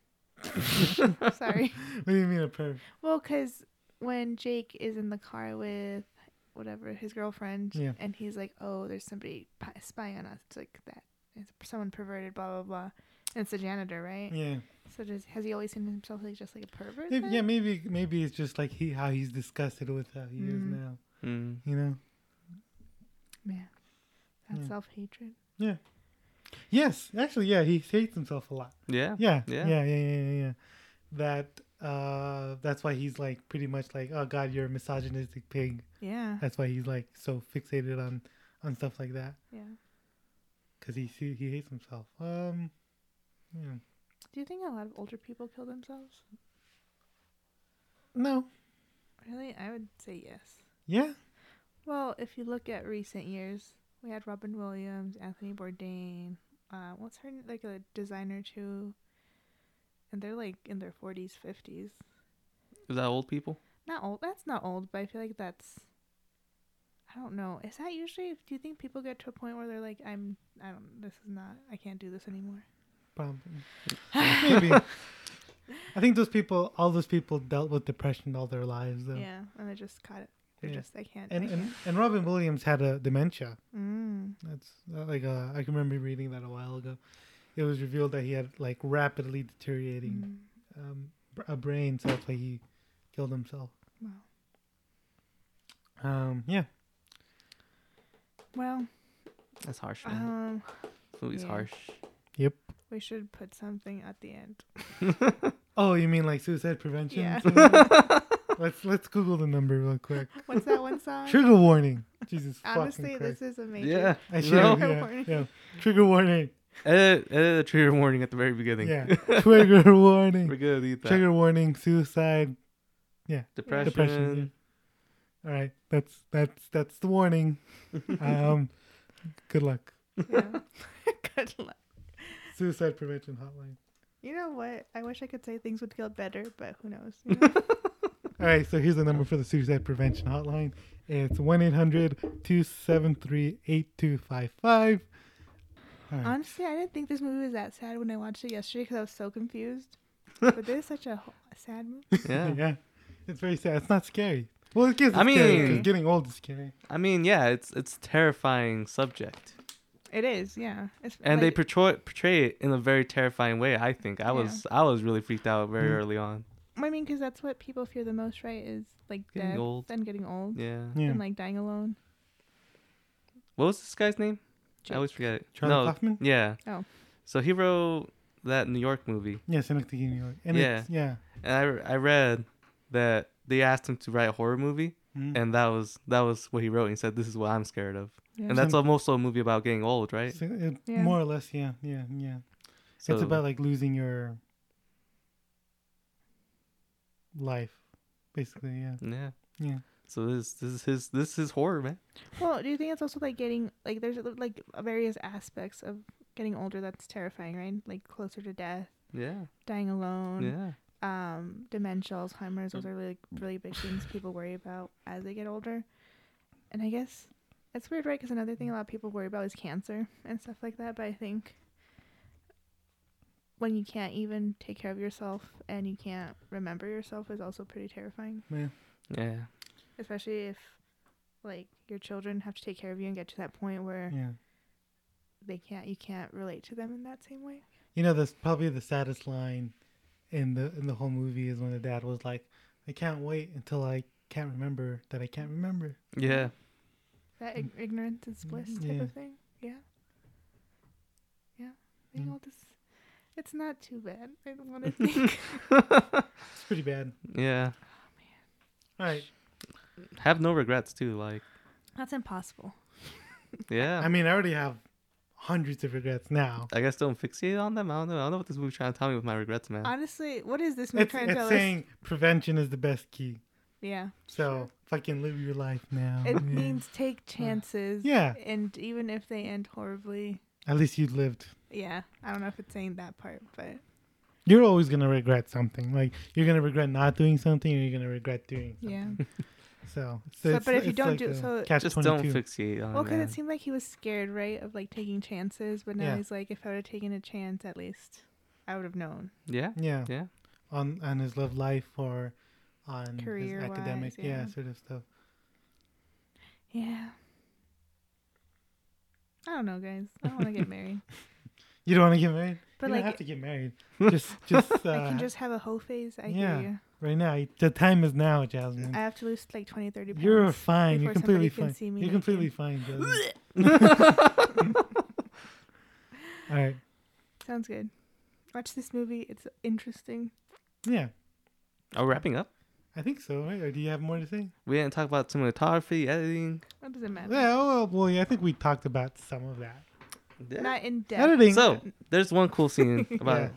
Speaker 2: Sorry.
Speaker 1: What do you mean a perv?
Speaker 2: Well, because when Jake is in the car with whatever his girlfriend,
Speaker 1: Yeah.
Speaker 2: and he's like, "Oh, there's somebody pi- spying on us." It's like that. It's someone perverted. Blah blah blah. And it's the janitor, right?
Speaker 1: Yeah.
Speaker 2: So does has he always seen himself like just like a pervert?
Speaker 1: Maybe,
Speaker 2: then?
Speaker 1: yeah, maybe maybe it's just like he how he's disgusted with how he is
Speaker 2: Mm.
Speaker 1: now.
Speaker 3: Mm.
Speaker 1: You know.
Speaker 2: Man, that
Speaker 1: Yeah.
Speaker 2: self hatred.
Speaker 1: Yes, actually, yeah, he hates himself a lot.
Speaker 3: Yeah.
Speaker 1: Yeah, yeah,
Speaker 3: Yeah.
Speaker 1: yeah, yeah, yeah. yeah. That uh, that's why he's like pretty much like, oh God, you're a misogynistic pig.
Speaker 2: Yeah,
Speaker 1: That's why he's like so fixated on on stuff like that
Speaker 2: yeah.
Speaker 1: because he see- he hates himself. Um, yeah.
Speaker 2: Do you think a lot of older people kill themselves?
Speaker 1: no,
Speaker 2: Really, I would say yes.
Speaker 1: yeah,
Speaker 2: Well, if you look at recent years, we had Robin Williams, Anthony Bourdain. Uh, what's her n- like a designer too? And they're like in their forties, fifties.
Speaker 3: Is that old people?
Speaker 2: Not old. That's not old, but I feel like that's. I don't know. Is that usually? Do you think people get to a point where they're like, "I'm, I don't. This is not. I can't do this anymore."
Speaker 1: probably, maybe. I think those people, all those people, dealt with depression all their lives, though.
Speaker 2: Yeah, and they just caught it. They're
Speaker 1: Yeah.
Speaker 2: just, I can't.
Speaker 1: And,
Speaker 2: I
Speaker 1: and and Robin Williams had a dementia.
Speaker 2: can't.
Speaker 1: That's uh, like uh, I can remember reading that a while ago. It was revealed that he had like rapidly
Speaker 2: Mm.
Speaker 1: deteriorating
Speaker 2: Mm.
Speaker 1: um, br- a brain, so that's why he killed himself.
Speaker 2: Wow.
Speaker 1: Um, yeah,
Speaker 2: Well,
Speaker 3: That's harsh, man.
Speaker 2: um,
Speaker 3: this movie's
Speaker 2: yeah.
Speaker 3: harsh.
Speaker 2: we should put something at the end.
Speaker 1: Oh, you mean like suicide prevention?
Speaker 2: Yeah.
Speaker 1: let's let's Google the number real quick.
Speaker 2: What's that one song?
Speaker 1: Trigger warning. Jesus
Speaker 2: Uh, Honestly,
Speaker 1: fucking Christ.
Speaker 2: this is amazing.
Speaker 3: Yeah.
Speaker 1: I
Speaker 3: you
Speaker 1: should,
Speaker 3: know?
Speaker 2: Trigger
Speaker 1: yeah,
Speaker 2: warning.
Speaker 1: yeah. Trigger warning.
Speaker 3: Edit, edit a trigger warning at the very beginning.
Speaker 1: Yeah. Trigger
Speaker 3: We're
Speaker 1: warning.
Speaker 3: gonna need that.
Speaker 1: Trigger warning. Suicide.
Speaker 3: Depression.
Speaker 1: Depression. yeah. All right. That's that's that's the warning. Um, good luck.
Speaker 2: Yeah. Good luck.
Speaker 1: Suicide prevention hotline.
Speaker 2: You know what? I wish I could say things would feel better, but who knows? you know?
Speaker 1: All right, so here's the number for the suicide prevention hotline. It's 1-800-273-8255. All right.
Speaker 2: Honestly, I didn't think this movie was that sad when I watched it yesterday because I was so confused. But this is such a, ho- a sad movie.
Speaker 3: Yeah.
Speaker 1: Yeah. It's very sad. It's not scary. Well, it gets
Speaker 3: I
Speaker 1: scary 'cause
Speaker 3: mean-
Speaker 1: getting old is scary.
Speaker 3: I mean, yeah, it's it's terrifying subject,
Speaker 2: It is, yeah. It's
Speaker 3: and they
Speaker 2: like-
Speaker 3: portray portray it in a very terrifying way. I think I was I was really freaked out very
Speaker 1: Mm.
Speaker 3: early on.
Speaker 2: I mean, because that's what people fear the most, right? Is like
Speaker 3: Getting
Speaker 2: death
Speaker 3: old.
Speaker 2: and getting old
Speaker 3: Yeah.
Speaker 1: Yeah.
Speaker 2: and like dying alone.
Speaker 3: What was this guy's name? I always forget it.
Speaker 1: Charlie
Speaker 3: no.
Speaker 1: Kaufman?
Speaker 3: Yeah.
Speaker 2: Oh.
Speaker 3: So he wrote that New York movie,
Speaker 1: Yeah, Synecdoche, New York. And
Speaker 3: Yeah.
Speaker 1: It's, yeah.
Speaker 3: and I I read that they asked him to write a horror movie,
Speaker 1: Mm.
Speaker 3: and that was that was what he wrote. He said, "This is what I'm scared of,"
Speaker 2: Yeah.
Speaker 3: and that's almost a movie about getting old, right?
Speaker 1: So it-
Speaker 2: Yeah.
Speaker 1: More or less, yeah. Yeah, yeah.
Speaker 3: So
Speaker 1: It's about like losing your life, basically, yeah.
Speaker 3: yeah.
Speaker 1: Yeah.
Speaker 3: So this this is his this is horror, man.
Speaker 2: Well, do you think it's also like getting like there's like various aspects of getting older that's terrifying, right? Like closer to death,
Speaker 3: Yeah.
Speaker 2: dying alone,
Speaker 3: Yeah.
Speaker 2: um, dementia, Alzheimer's. Those are really really big things people worry about as they get older. And I guess it's weird, right? Because another thing a lot of people worry about is cancer and stuff like that. But I think when you can't even take care of yourself and you can't remember yourself is also pretty terrifying,
Speaker 3: Yeah.
Speaker 2: especially if like your children have to take care of you and get to that point where
Speaker 1: Yeah.
Speaker 2: they can't you can't relate to them in that same way.
Speaker 1: You know, that's probably the saddest line in the in the whole movie is when the dad was like, "I can't wait until I can't remember that I can't remember."
Speaker 3: Yeah.
Speaker 2: That ig- ignorance is bliss type
Speaker 1: Mm-hmm. Yeah.
Speaker 2: of thing. Yeah. Yeah. Being
Speaker 1: Mm.
Speaker 2: old is it's not too bad. I don't want to think.
Speaker 1: It's pretty bad.
Speaker 3: Yeah.
Speaker 1: All right.
Speaker 3: Have no regrets too. Like
Speaker 2: That's impossible.
Speaker 1: I
Speaker 3: yeah.
Speaker 1: mean, I already have hundreds of regrets now.
Speaker 3: I guess don't fixate on them. I don't know. I don't know what this movie's trying to tell me with my regrets, man.
Speaker 2: Honestly, what is this movie
Speaker 1: It's,
Speaker 2: trying to
Speaker 1: it's
Speaker 2: tell us?
Speaker 1: saying prevention is the best key.
Speaker 2: Yeah.
Speaker 1: So fucking live your life now.
Speaker 2: It
Speaker 1: Yeah.
Speaker 2: means take chances.
Speaker 1: Yeah.
Speaker 2: And even if they end horribly,
Speaker 1: at least you lived.
Speaker 2: yeah. I don't know if it's saying that part, but
Speaker 1: You're always gonna regret something. Like you're gonna regret not doing something, or you're gonna regret doing. Something.
Speaker 2: yeah.
Speaker 1: So,
Speaker 2: So,
Speaker 1: it's-
Speaker 2: but if you
Speaker 1: it's
Speaker 2: don't
Speaker 1: like
Speaker 2: do-
Speaker 1: a
Speaker 2: so-
Speaker 1: catch
Speaker 3: Just
Speaker 1: 22.
Speaker 3: don't fixate on
Speaker 2: Well,
Speaker 3: it.
Speaker 2: because
Speaker 3: man.
Speaker 2: it seemed like he was scared, right, of like taking chances. But now
Speaker 1: Yeah.
Speaker 2: he's like, if I would have taken a chance, at least I would have known.
Speaker 3: Yeah.
Speaker 1: Yeah.
Speaker 3: Yeah.
Speaker 1: On on his love life or on his
Speaker 2: Career-wise,
Speaker 1: academic, yeah,
Speaker 2: yeah.
Speaker 1: sort of stuff.
Speaker 2: Yeah. I don't know, guys. I don't want to get married.
Speaker 1: You don't want to get married,
Speaker 2: But,
Speaker 1: you
Speaker 2: like,
Speaker 1: don't have to get married. just, just, uh,
Speaker 2: I can just have a whole phase. I
Speaker 1: yeah.
Speaker 2: hear
Speaker 1: right now. The time is now, Jasmine.
Speaker 2: you. I have to lose like 20, 30 pounds.
Speaker 1: You're fine. You're
Speaker 2: before
Speaker 1: completely
Speaker 2: somebody can
Speaker 1: fine.
Speaker 2: see me
Speaker 1: You're
Speaker 2: naked.
Speaker 1: completely fine, Jasmine. All right.
Speaker 2: Sounds good. Watch this movie. It's interesting.
Speaker 1: Yeah,
Speaker 3: Are we wrapping up?
Speaker 1: I think so. Right? Or do you have more to say?
Speaker 3: We didn't talk about cinematography, editing.
Speaker 2: What does it matter?
Speaker 1: Yeah, well, well, yeah, I think we talked about some of that.
Speaker 2: Not in depth.
Speaker 1: Editing.
Speaker 3: So there's one cool scene about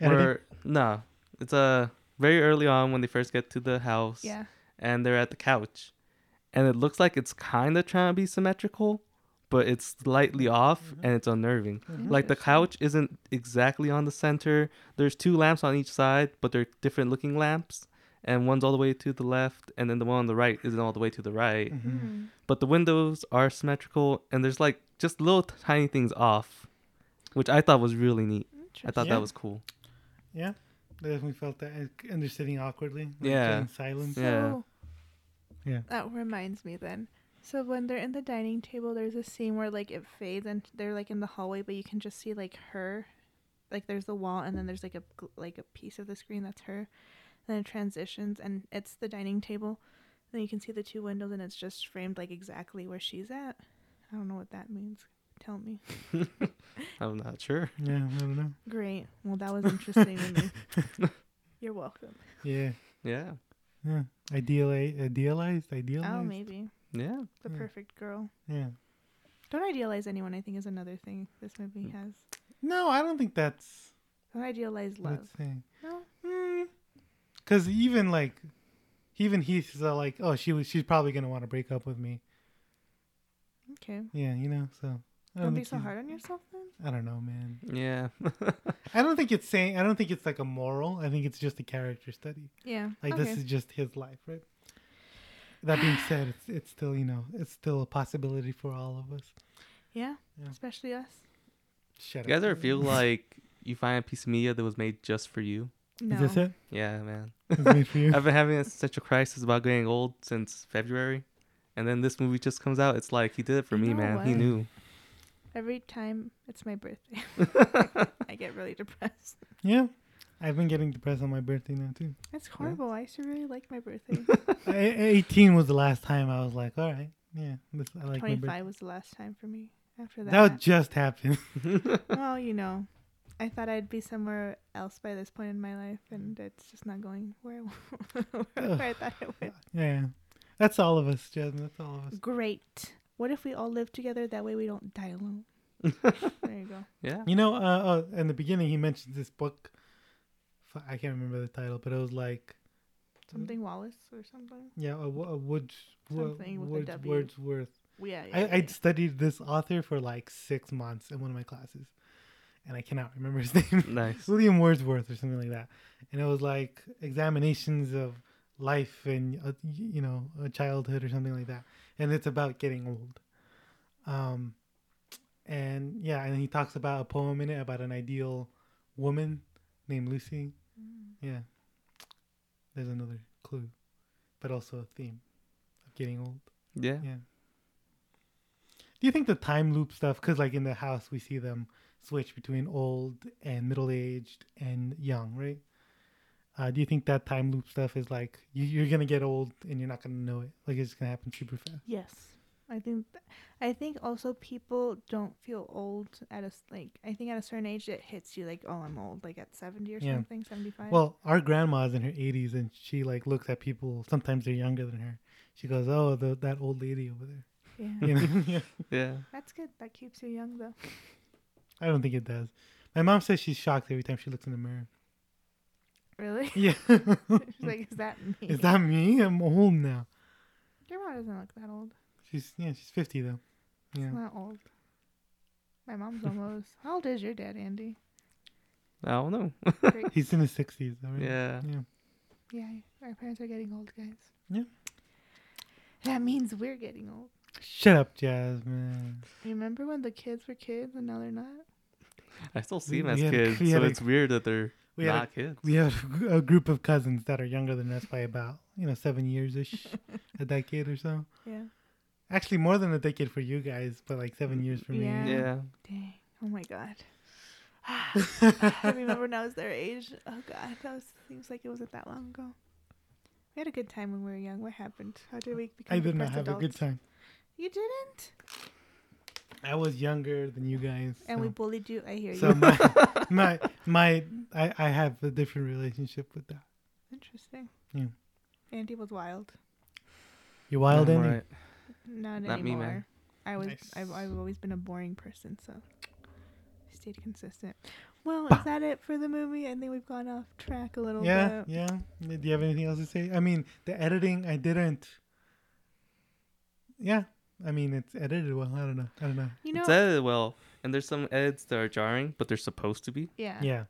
Speaker 1: Editing.
Speaker 3: where no, it's uh, very early on when they first get to the house.
Speaker 2: Yeah.
Speaker 3: and they're at the couch, and it looks like it's kind of trying to be symmetrical, but it's slightly off, and it's unnerving. Like the couch isn't exactly on the center. There's two lamps on each side, but they're different looking lamps, and one's all the way to the left, and then the one on the right isn't all the way to the
Speaker 1: Mm.
Speaker 3: right.
Speaker 2: Mm-hmm. Hmm.
Speaker 3: But the windows are symmetrical, and there's like just little tiny things off, which I thought was really neat. I thought
Speaker 1: Yeah.
Speaker 3: that was cool.
Speaker 1: Yeah, I definitely felt that. and- And they're sitting awkwardly. like,
Speaker 3: Yeah.
Speaker 1: in silence.
Speaker 3: Yeah.
Speaker 1: Yeah.
Speaker 2: That reminds me then. So when they're in the dining table, there's a scene where like it fades and they're like in the hallway, but you can just see like her, like there's the wall and then there's like a gl- like a piece of the screen that's her. Then it transitions and it's the dining table. Then you can see the two windows and it's just framed like exactly where she's at. I don't know what that means. Tell me.
Speaker 3: I'm not sure.
Speaker 1: Yeah, I don't know.
Speaker 2: Great. Well, that was interesting to me. You're welcome.
Speaker 1: Yeah,
Speaker 3: Yeah.
Speaker 1: yeah. Ideali- idealized, idealized.
Speaker 2: Oh, maybe
Speaker 3: Yeah.
Speaker 2: the perfect girl.
Speaker 1: Yeah.
Speaker 2: Don't idealize anyone, I think, is another thing this movie
Speaker 1: Mm.
Speaker 2: has.
Speaker 1: No, I don't think that's
Speaker 2: Don't idealize
Speaker 1: what
Speaker 2: love.
Speaker 1: it's saying.
Speaker 2: No?
Speaker 1: Because even like, even he's uh, like, oh, she was, she's probably gonna want to break up with me.
Speaker 2: Okay.
Speaker 1: Yeah, you know. So I
Speaker 2: Don't be
Speaker 1: think
Speaker 2: so
Speaker 1: he's-
Speaker 2: hard on yourself then.
Speaker 1: I don't know, man.
Speaker 3: Yeah.
Speaker 1: I don't think it's saying. I don't think it's like a moral. I think it's just a character study.
Speaker 2: Yeah.
Speaker 1: Like
Speaker 2: okay.
Speaker 1: this is just his life, right? That being said, it's it's still you know it's still a possibility for all of us.
Speaker 2: yeah,
Speaker 1: Yeah.
Speaker 2: Especially us.
Speaker 1: Shut
Speaker 3: You guys
Speaker 1: up.
Speaker 3: ever feel like you find a piece of media that was made just for you?
Speaker 2: No.
Speaker 1: Is this it?
Speaker 3: Yeah, man.
Speaker 1: It's made for you.
Speaker 3: I've been having such a crisis about getting old since February, and then this movie just comes out. It's like he did it for
Speaker 2: You
Speaker 3: me,
Speaker 2: know
Speaker 3: man. He
Speaker 2: what?
Speaker 3: knew.
Speaker 2: Every time it's my birthday, I get really depressed.
Speaker 1: yeah, I've been getting depressed on my birthday now too.
Speaker 2: It's horrible. I used to really like my birthday.
Speaker 1: I, Eighteen was the last time I was like, all right, yeah, this, I like my birthday.
Speaker 2: 25 was the last time for me. After
Speaker 1: That
Speaker 2: that,
Speaker 1: just happened.
Speaker 2: well, you know, I thought I'd be somewhere else by this point in my life, and
Speaker 1: Mm.
Speaker 2: it's just not going where, where I thought it would.
Speaker 1: yeah, that's all of us, Jasmine. That's all of us.
Speaker 2: Great. What if we all live together? That way we don't die alone. there you go.
Speaker 3: Yeah.
Speaker 1: You know, uh, oh, in the beginning he mentioned this book. Fu- I can't remember the title, but it was like
Speaker 2: Something Wallace or something.
Speaker 1: yeah, a, wo- a Woods, wo-
Speaker 2: Something with a
Speaker 1: Woods
Speaker 2: W.
Speaker 1: Wordsworth.
Speaker 2: Yeah. yeah,
Speaker 1: I,
Speaker 2: yeah.
Speaker 1: I studied this author for like six months in one of my classes, and I cannot remember his name.
Speaker 3: Nice.
Speaker 1: William Wordsworth or something like that. And it was like examinations of life and uh, y- you know uh, childhood or something like that. And it's about getting old. Um, and yeah, and he talks about a poem in it about an ideal woman named Lucy. Yeah, there's another clue, but also a theme of getting old.
Speaker 3: Yeah.
Speaker 1: Yeah. Do you think the time loop stuff? Because like in the house, we see them switch between old and middle aged and young, right? Uh, do you think that time loop stuff is like you, you're gonna get old and you're not gonna know it? Like it's gonna happen super fast.
Speaker 2: Yes. I think th- I think also people don't feel old at a s- like I think at a certain age it hits you like oh I'm old like at 70 or
Speaker 1: Yeah.
Speaker 2: something 75.
Speaker 1: Well, our grandma's in her 80s and she like looks at people. Sometimes they're younger than her. She goes, "Oh, the, that old lady over there."
Speaker 2: yeah.
Speaker 1: You know? yeah.
Speaker 3: Yeah.
Speaker 2: That's good. That keeps you young though.
Speaker 1: I don't think it does. My mom says she's shocked every time she looks in the mirror.
Speaker 2: Really?
Speaker 1: Yeah,
Speaker 2: She's like is that me?
Speaker 1: is that me? I'm old now.
Speaker 2: Your mom doesn't look that old.
Speaker 1: She's yeah, she's 50 though. Yeah.
Speaker 2: She's not old. My mom's almost. How old is your dad, Andy?
Speaker 3: I don't know.
Speaker 2: Great.
Speaker 1: He's in his sixties, right?
Speaker 3: Yeah.
Speaker 1: Yeah.
Speaker 2: yeah, our parents are getting old, guys.
Speaker 1: Yeah.
Speaker 2: That means we're getting old.
Speaker 1: Shut up, Jasmine.
Speaker 2: Remember when the kids were kids and now they're not?
Speaker 3: I still see him
Speaker 1: We-
Speaker 3: as
Speaker 1: we had a-
Speaker 3: kids,
Speaker 1: we
Speaker 3: so
Speaker 1: had a-
Speaker 3: it's weird that they're
Speaker 1: we had a-
Speaker 3: not kids.
Speaker 1: We have a group of cousins that are younger than us by about you know, seven years ish, a decade or so.
Speaker 2: Yeah.
Speaker 1: Actually, more than a decade for you guys, but like seven years for me.
Speaker 2: Yeah.
Speaker 3: Yeah.
Speaker 2: Dang. Oh my god. I remember when I was their age. Oh god, that was, seems like it wasn't that long ago. We had a good time when we were young. What happened? How did we become?
Speaker 1: I did not
Speaker 2: depressed
Speaker 1: have a good
Speaker 2: adults?
Speaker 1: time.
Speaker 2: You didn't,
Speaker 1: I was younger than you guys.
Speaker 2: and we
Speaker 1: so-
Speaker 2: bullied you. I hear
Speaker 1: so
Speaker 2: you.
Speaker 1: my my my I, I have a different relationship with that.
Speaker 2: Interesting.
Speaker 1: Yeah.
Speaker 2: Andy was wild.
Speaker 1: You wild
Speaker 3: I'm
Speaker 1: Andy?
Speaker 3: alright.
Speaker 2: Not,
Speaker 3: Not me,
Speaker 2: anymore.
Speaker 3: man.
Speaker 2: I was.
Speaker 1: Nice.
Speaker 2: I've, I've always been a boring person, so I stayed consistent. Well, is that it for the movie? I think we've gone off track a little
Speaker 1: Yeah,
Speaker 2: bit.
Speaker 1: yeah. Do you have anything else to say? I mean, the editing I didn't. Yeah, I mean it's edited well. I don't know. I don't know.
Speaker 2: You know.
Speaker 3: It's edited well, and there's some edits that are jarring, but they're supposed to be.
Speaker 2: yeah.
Speaker 1: Yeah,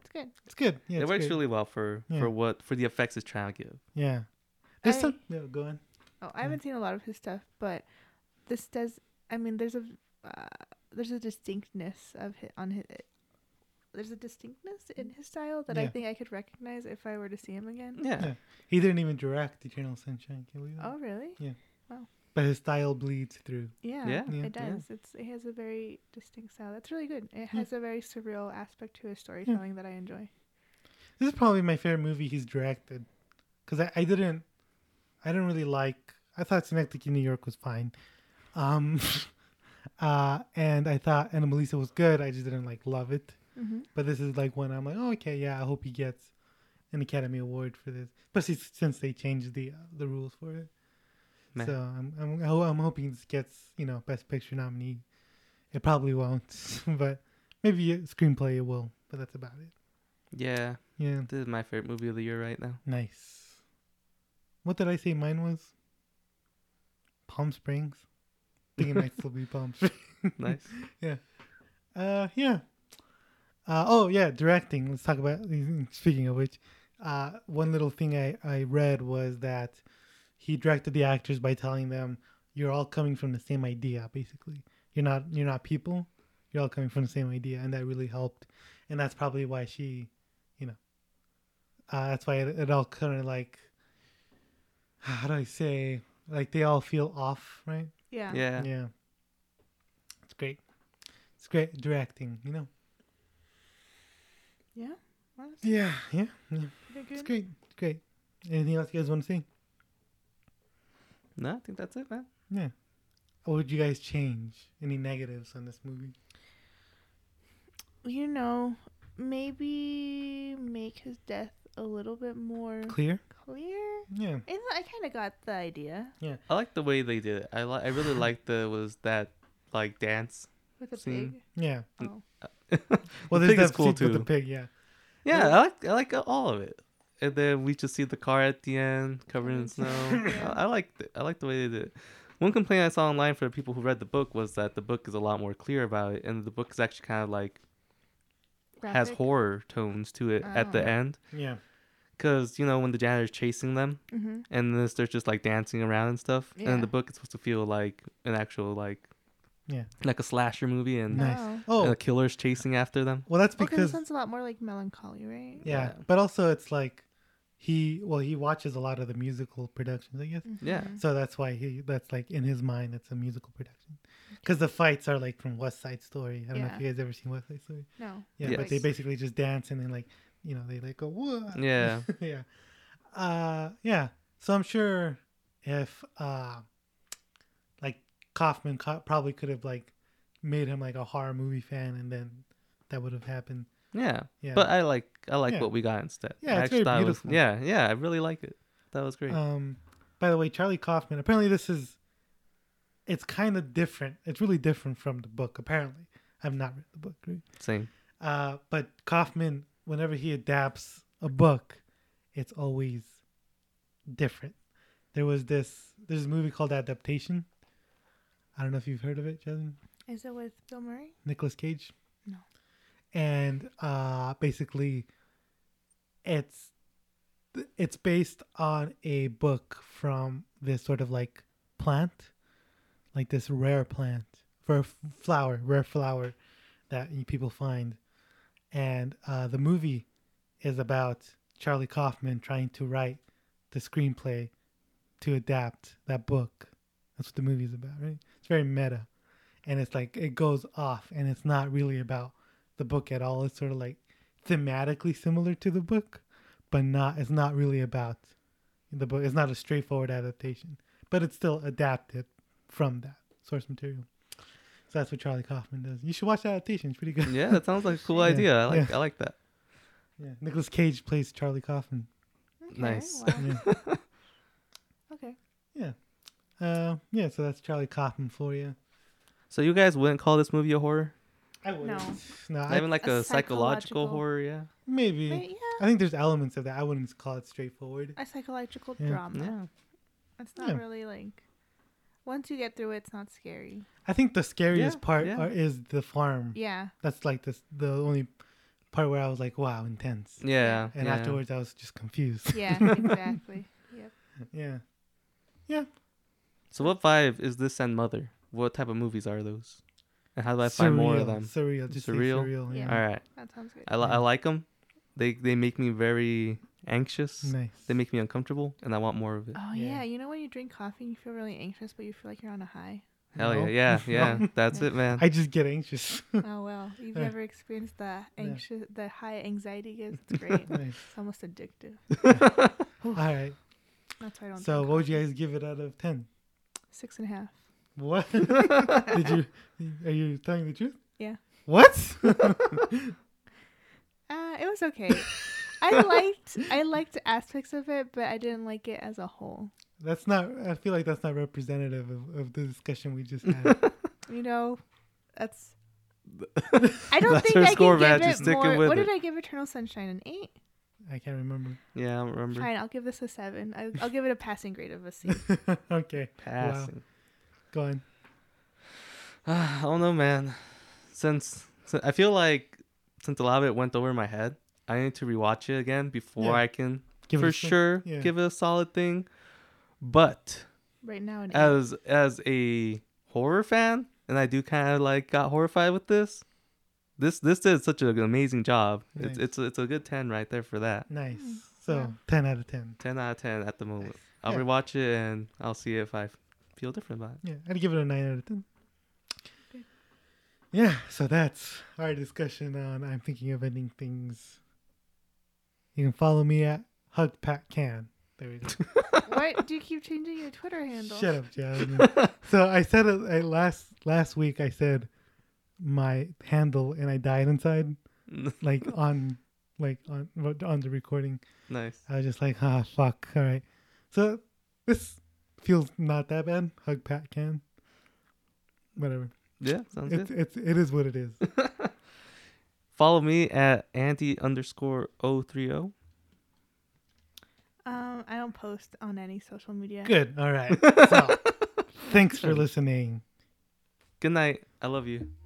Speaker 2: It's good.
Speaker 1: it's good. Yeah,
Speaker 3: it
Speaker 1: it's
Speaker 3: works
Speaker 1: good.
Speaker 3: really well for
Speaker 1: Yeah.
Speaker 3: for what for the effects it's trying to give.
Speaker 1: Yeah, there's
Speaker 2: I-
Speaker 1: some. No, go on.
Speaker 2: Oh, I haven't seen a lot of his stuff, but this does. I mean, there's a uh, there's a distinctness of his, on his. There's a distinctness in his style that I
Speaker 1: Yeah. Mm.
Speaker 2: think I could recognize if I were to see him again.
Speaker 3: Yeah.
Speaker 1: Yeah. He didn't even direct Eternal Sunshine. Can you believe that?
Speaker 2: Oh, really?
Speaker 1: But his style bleeds through.
Speaker 2: Yeah,
Speaker 3: Yeah.
Speaker 1: Yeah.
Speaker 2: it
Speaker 3: Yeah.
Speaker 2: does. It's it has a very distinct style. That's really good. It has a very surreal aspect to his storytelling that I enjoy.
Speaker 1: This is probably my favorite movie he's directed, because I, I didn't, I didn't really like. I thought Synecdoche, New York was fine, um, uh, and I thought Anna Melissa was good. I just didn't like love it.
Speaker 2: Mhm.
Speaker 1: But this is like one I'm like, oh, okay, yeah, I hope he gets an Academy Award for this, especially s- since they changed the uh, the rules for it.
Speaker 3: Man.
Speaker 1: So I'm I'm I ho- I'm hoping this gets you know Best Picture nominee. It probably won't, but maybe a screenplay it will. But that's about it.
Speaker 3: Yeah.
Speaker 1: Yeah.
Speaker 3: This is my favorite movie of the year right now.
Speaker 1: Nice. What did I say mine was? Palm Springs. I think it might still be Palm Springs.
Speaker 3: Nice.
Speaker 1: Uh, yeah. Uh, oh yeah, directing. Let's talk about. Speaking of which, uh, one little thing I I read was that he directed the actors by telling them, "You're all coming from the same idea. Basically, you're not you're not people. You're all coming from the same idea," and that really helped. And that's probably why she, you know, uh, that's why it, it all kind of like, how do I say, like they all feel off, right?
Speaker 2: Yeah.
Speaker 3: yeah.
Speaker 1: Yeah. It's great. It's great directing, you know?
Speaker 2: Yeah. Well, that's
Speaker 1: Yeah, yeah, yeah.
Speaker 2: pretty
Speaker 1: It's
Speaker 2: good.
Speaker 1: great. It's great. Anything else you guys want to say?
Speaker 3: No, I think that's it, man.
Speaker 1: Yeah. What would you guys change? Any negatives on this movie?
Speaker 2: You know, maybe make his death a little bit more
Speaker 1: Clear?
Speaker 2: clear.
Speaker 1: Yeah.
Speaker 2: I, I kind of got the idea
Speaker 3: I like the way they did it. I li- I really liked the was that like dance.
Speaker 2: with the
Speaker 3: See?
Speaker 2: pig.
Speaker 1: Yeah.
Speaker 2: Oh,
Speaker 1: Well,
Speaker 3: the
Speaker 1: there's
Speaker 3: pig
Speaker 1: that
Speaker 3: is cool
Speaker 1: scene with
Speaker 3: too.
Speaker 1: the pig, yeah.
Speaker 3: Yeah, I like I like all of it. And then we just see the car at the end covered in snow. I, I like I like the way they did. it. One complaint I saw online for the people who read the book was that the book is a lot more clear about it, and the book is actually kind of like has
Speaker 2: graphic.
Speaker 3: horror tones to it at the
Speaker 2: Oh.
Speaker 3: end.
Speaker 1: Yeah.
Speaker 3: Because you know when the janitor's chasing them,
Speaker 2: Mhm.
Speaker 3: and this they're just like dancing around and stuff. And in
Speaker 2: Yeah.
Speaker 3: the book, it's supposed to feel like an actual like
Speaker 1: Yeah.
Speaker 3: like a slasher movie, and,
Speaker 1: Nice.
Speaker 2: Oh.
Speaker 1: Oh,
Speaker 3: and the killer's chasing after them.
Speaker 1: well, that's
Speaker 2: Okay, this
Speaker 1: because.
Speaker 2: sounds a lot more like melancholy, right?
Speaker 1: yeah.
Speaker 3: Yeah.
Speaker 1: But also, it's like he, well, he watches a lot of the musical productions, I guess.
Speaker 2: Mm-hmm.
Speaker 3: Yeah,
Speaker 1: So that's why he that's like in his mind it's a musical production. Because the fights are like from West Side Story. I don't know
Speaker 2: Yeah.
Speaker 1: if you guys ever seen West Side Story.
Speaker 2: No.
Speaker 1: Yeah, but
Speaker 3: Yes.
Speaker 1: they basically just dance and then like you know, they like go whoa
Speaker 3: yeah,
Speaker 1: yeah. Uh yeah. So I'm sure if uh like Kaufman co- probably could have like made him like a horror movie fan and then that would have happened.
Speaker 3: yeah.
Speaker 1: Yeah.
Speaker 3: But I like I like
Speaker 1: Yeah.
Speaker 3: what we got instead.
Speaker 1: Yeah,
Speaker 3: I
Speaker 1: it's very
Speaker 3: thought it was-
Speaker 1: beautiful.
Speaker 3: yeah, yeah. I really like it. That was great.
Speaker 1: Um, by the way, Charlie Kaufman. Apparently, this is. It's kind of different. It's really different from the book. Apparently, I've not read the book. Right?
Speaker 3: Same.
Speaker 1: Uh, but Kaufman, whenever he adapts a book, it's always different. There was this. There's a movie called Adaptation. I don't know if you've heard of it, Jasmine.
Speaker 2: Is it with Bill Murray?
Speaker 1: Nicolas Cage.
Speaker 2: No.
Speaker 1: And uh, basically, it's it's based on a book from this sort of like plant, like this rare plant for flower, rare flower that you- people find, and uh, the movie is about Charlie Kaufman trying to write the screenplay to adapt that book. That's what the movie's about, right? It's very meta. And it's like it goes off and it's not really about the book at all. It's sort of like thematically similar to the book, but not it's not really about the book. It's not a straightforward adaptation. But it's still adapted from that source material. So that's what Charlie Kaufman does. You should watch the adaptation, it's pretty good.
Speaker 3: Yeah, that sounds like a cool
Speaker 1: Yeah,
Speaker 3: idea. I like
Speaker 1: yeah.
Speaker 3: I like that.
Speaker 1: Yeah. Nicholas Cage plays Charlie Kaufman.
Speaker 2: Okay,
Speaker 3: Nice.
Speaker 2: well,
Speaker 1: Yeah.
Speaker 2: okay.
Speaker 1: Uh, yeah, so that's Charlie Kaufman for you.
Speaker 3: So you guys wouldn't call this movie a horror?
Speaker 1: I would.
Speaker 2: No.
Speaker 1: No,
Speaker 3: Not
Speaker 1: I,
Speaker 3: even like a,
Speaker 2: a
Speaker 3: psychological,
Speaker 2: psychological-
Speaker 3: horror, yeah.
Speaker 1: maybe.
Speaker 2: But yeah,
Speaker 1: I think there's elements of that. I wouldn't call it straightforward.
Speaker 2: a psychological
Speaker 1: Yeah.
Speaker 2: drama. It's not
Speaker 1: Yeah.
Speaker 2: really like once you get through it, it's not scary.
Speaker 1: I think the scariest
Speaker 3: Yeah,
Speaker 1: part
Speaker 3: yeah.
Speaker 1: Are, is the farm.
Speaker 2: Yeah.
Speaker 1: That's like the the only part where I was like, wow, intense.
Speaker 3: Yeah.
Speaker 1: And
Speaker 3: yeah.
Speaker 1: afterwards, I was just confused.
Speaker 2: Yeah, exactly. Yep.
Speaker 1: yeah.
Speaker 3: So what vibe is this and Mother? What type of movies are those? And how do I find more of them?
Speaker 1: Surreal. Just say
Speaker 3: Surreal?
Speaker 1: surreal.
Speaker 2: Yeah.
Speaker 1: Yeah.
Speaker 3: All right.
Speaker 2: That sounds good.
Speaker 3: I,
Speaker 1: Uh,
Speaker 3: li- I like them. They they make me very anxious.
Speaker 1: Nice.
Speaker 3: They make me uncomfortable, and I want more of it.
Speaker 2: Oh
Speaker 1: Yeah.
Speaker 2: yeah. you know when you drink coffee and you feel really anxious, but you feel like you're on a high.
Speaker 3: Hell
Speaker 1: No.
Speaker 3: yeah, yeah, yeah. That's it, man.
Speaker 1: I just get anxious.
Speaker 2: Oh well, you've
Speaker 1: Yeah.
Speaker 2: never experienced the
Speaker 1: Yeah.
Speaker 2: anxious, the high anxiety gives. It's great.
Speaker 1: nice.
Speaker 2: it's almost addictive.
Speaker 1: All right.
Speaker 2: That's why I don't.
Speaker 1: So,
Speaker 2: drink
Speaker 1: what would you
Speaker 2: coffee.
Speaker 1: guys give it out of ten?
Speaker 2: Six and a half.
Speaker 1: What? Did you? Are you telling the truth?
Speaker 2: Yeah.
Speaker 1: What?
Speaker 2: Uh, it was okay. I liked I liked aspects of it, but I didn't like it as a whole.
Speaker 1: That's not. I feel like that's not representative of, of the discussion we just had.
Speaker 2: You know, that's. I don't
Speaker 3: That's
Speaker 2: think
Speaker 3: her
Speaker 2: I
Speaker 3: score,
Speaker 2: can
Speaker 3: man.
Speaker 2: give
Speaker 3: She's
Speaker 2: it
Speaker 3: sticking
Speaker 2: more.
Speaker 3: with
Speaker 2: what
Speaker 3: it.
Speaker 2: did I give Eternal Sunshine? An eight.
Speaker 1: I can't remember.
Speaker 3: yeah, I remember
Speaker 2: Fine, I'll give this a seven. I, I'll give it a passing grade of a C.
Speaker 1: okay,
Speaker 3: passing.
Speaker 1: go on.
Speaker 3: I don't know, man. Since, since I feel like since a lot of it went over my head, I need to rewatch it again before
Speaker 1: Yeah.
Speaker 3: I can
Speaker 1: Give it
Speaker 3: for
Speaker 1: a sing-
Speaker 3: sure
Speaker 1: yeah.
Speaker 3: give it a solid thing. But
Speaker 2: Right now, an eight.
Speaker 3: as as a horror fan, and I do kind of like got horrified with this. This this did such an amazing job. It's
Speaker 1: Nice.
Speaker 3: it's a, it's a good ten right there for that.
Speaker 1: Nice. So
Speaker 2: Mm. yeah.
Speaker 1: ten out of ten.
Speaker 3: Ten out of ten at the moment. I'll
Speaker 1: Yeah.
Speaker 3: rewatch it and I'll see if I feel different about it.
Speaker 1: Yeah, I'd give it a nine out of ten.
Speaker 2: Okay.
Speaker 1: Yeah, so that's our discussion on I'm thinking of ending things. You can follow me at hug pat can. There we go.
Speaker 2: Why do you keep changing your Twitter handle?
Speaker 1: Shut up, John. so I said it I, last last week. I said my handle, and I died inside, like on like on on the recording.
Speaker 3: nice.
Speaker 1: I was just like, ah, fuck. All right. So this feels not that bad. Hug Pat can. Whatever.
Speaker 3: Yeah, sounds
Speaker 1: It's
Speaker 3: good.
Speaker 1: it's it is what it is.
Speaker 3: Follow me at Andy underscore O three oh. O.
Speaker 2: Um, I don't post on any social media.
Speaker 1: Good. All right. So thanks for listening.
Speaker 3: Good night. I love you.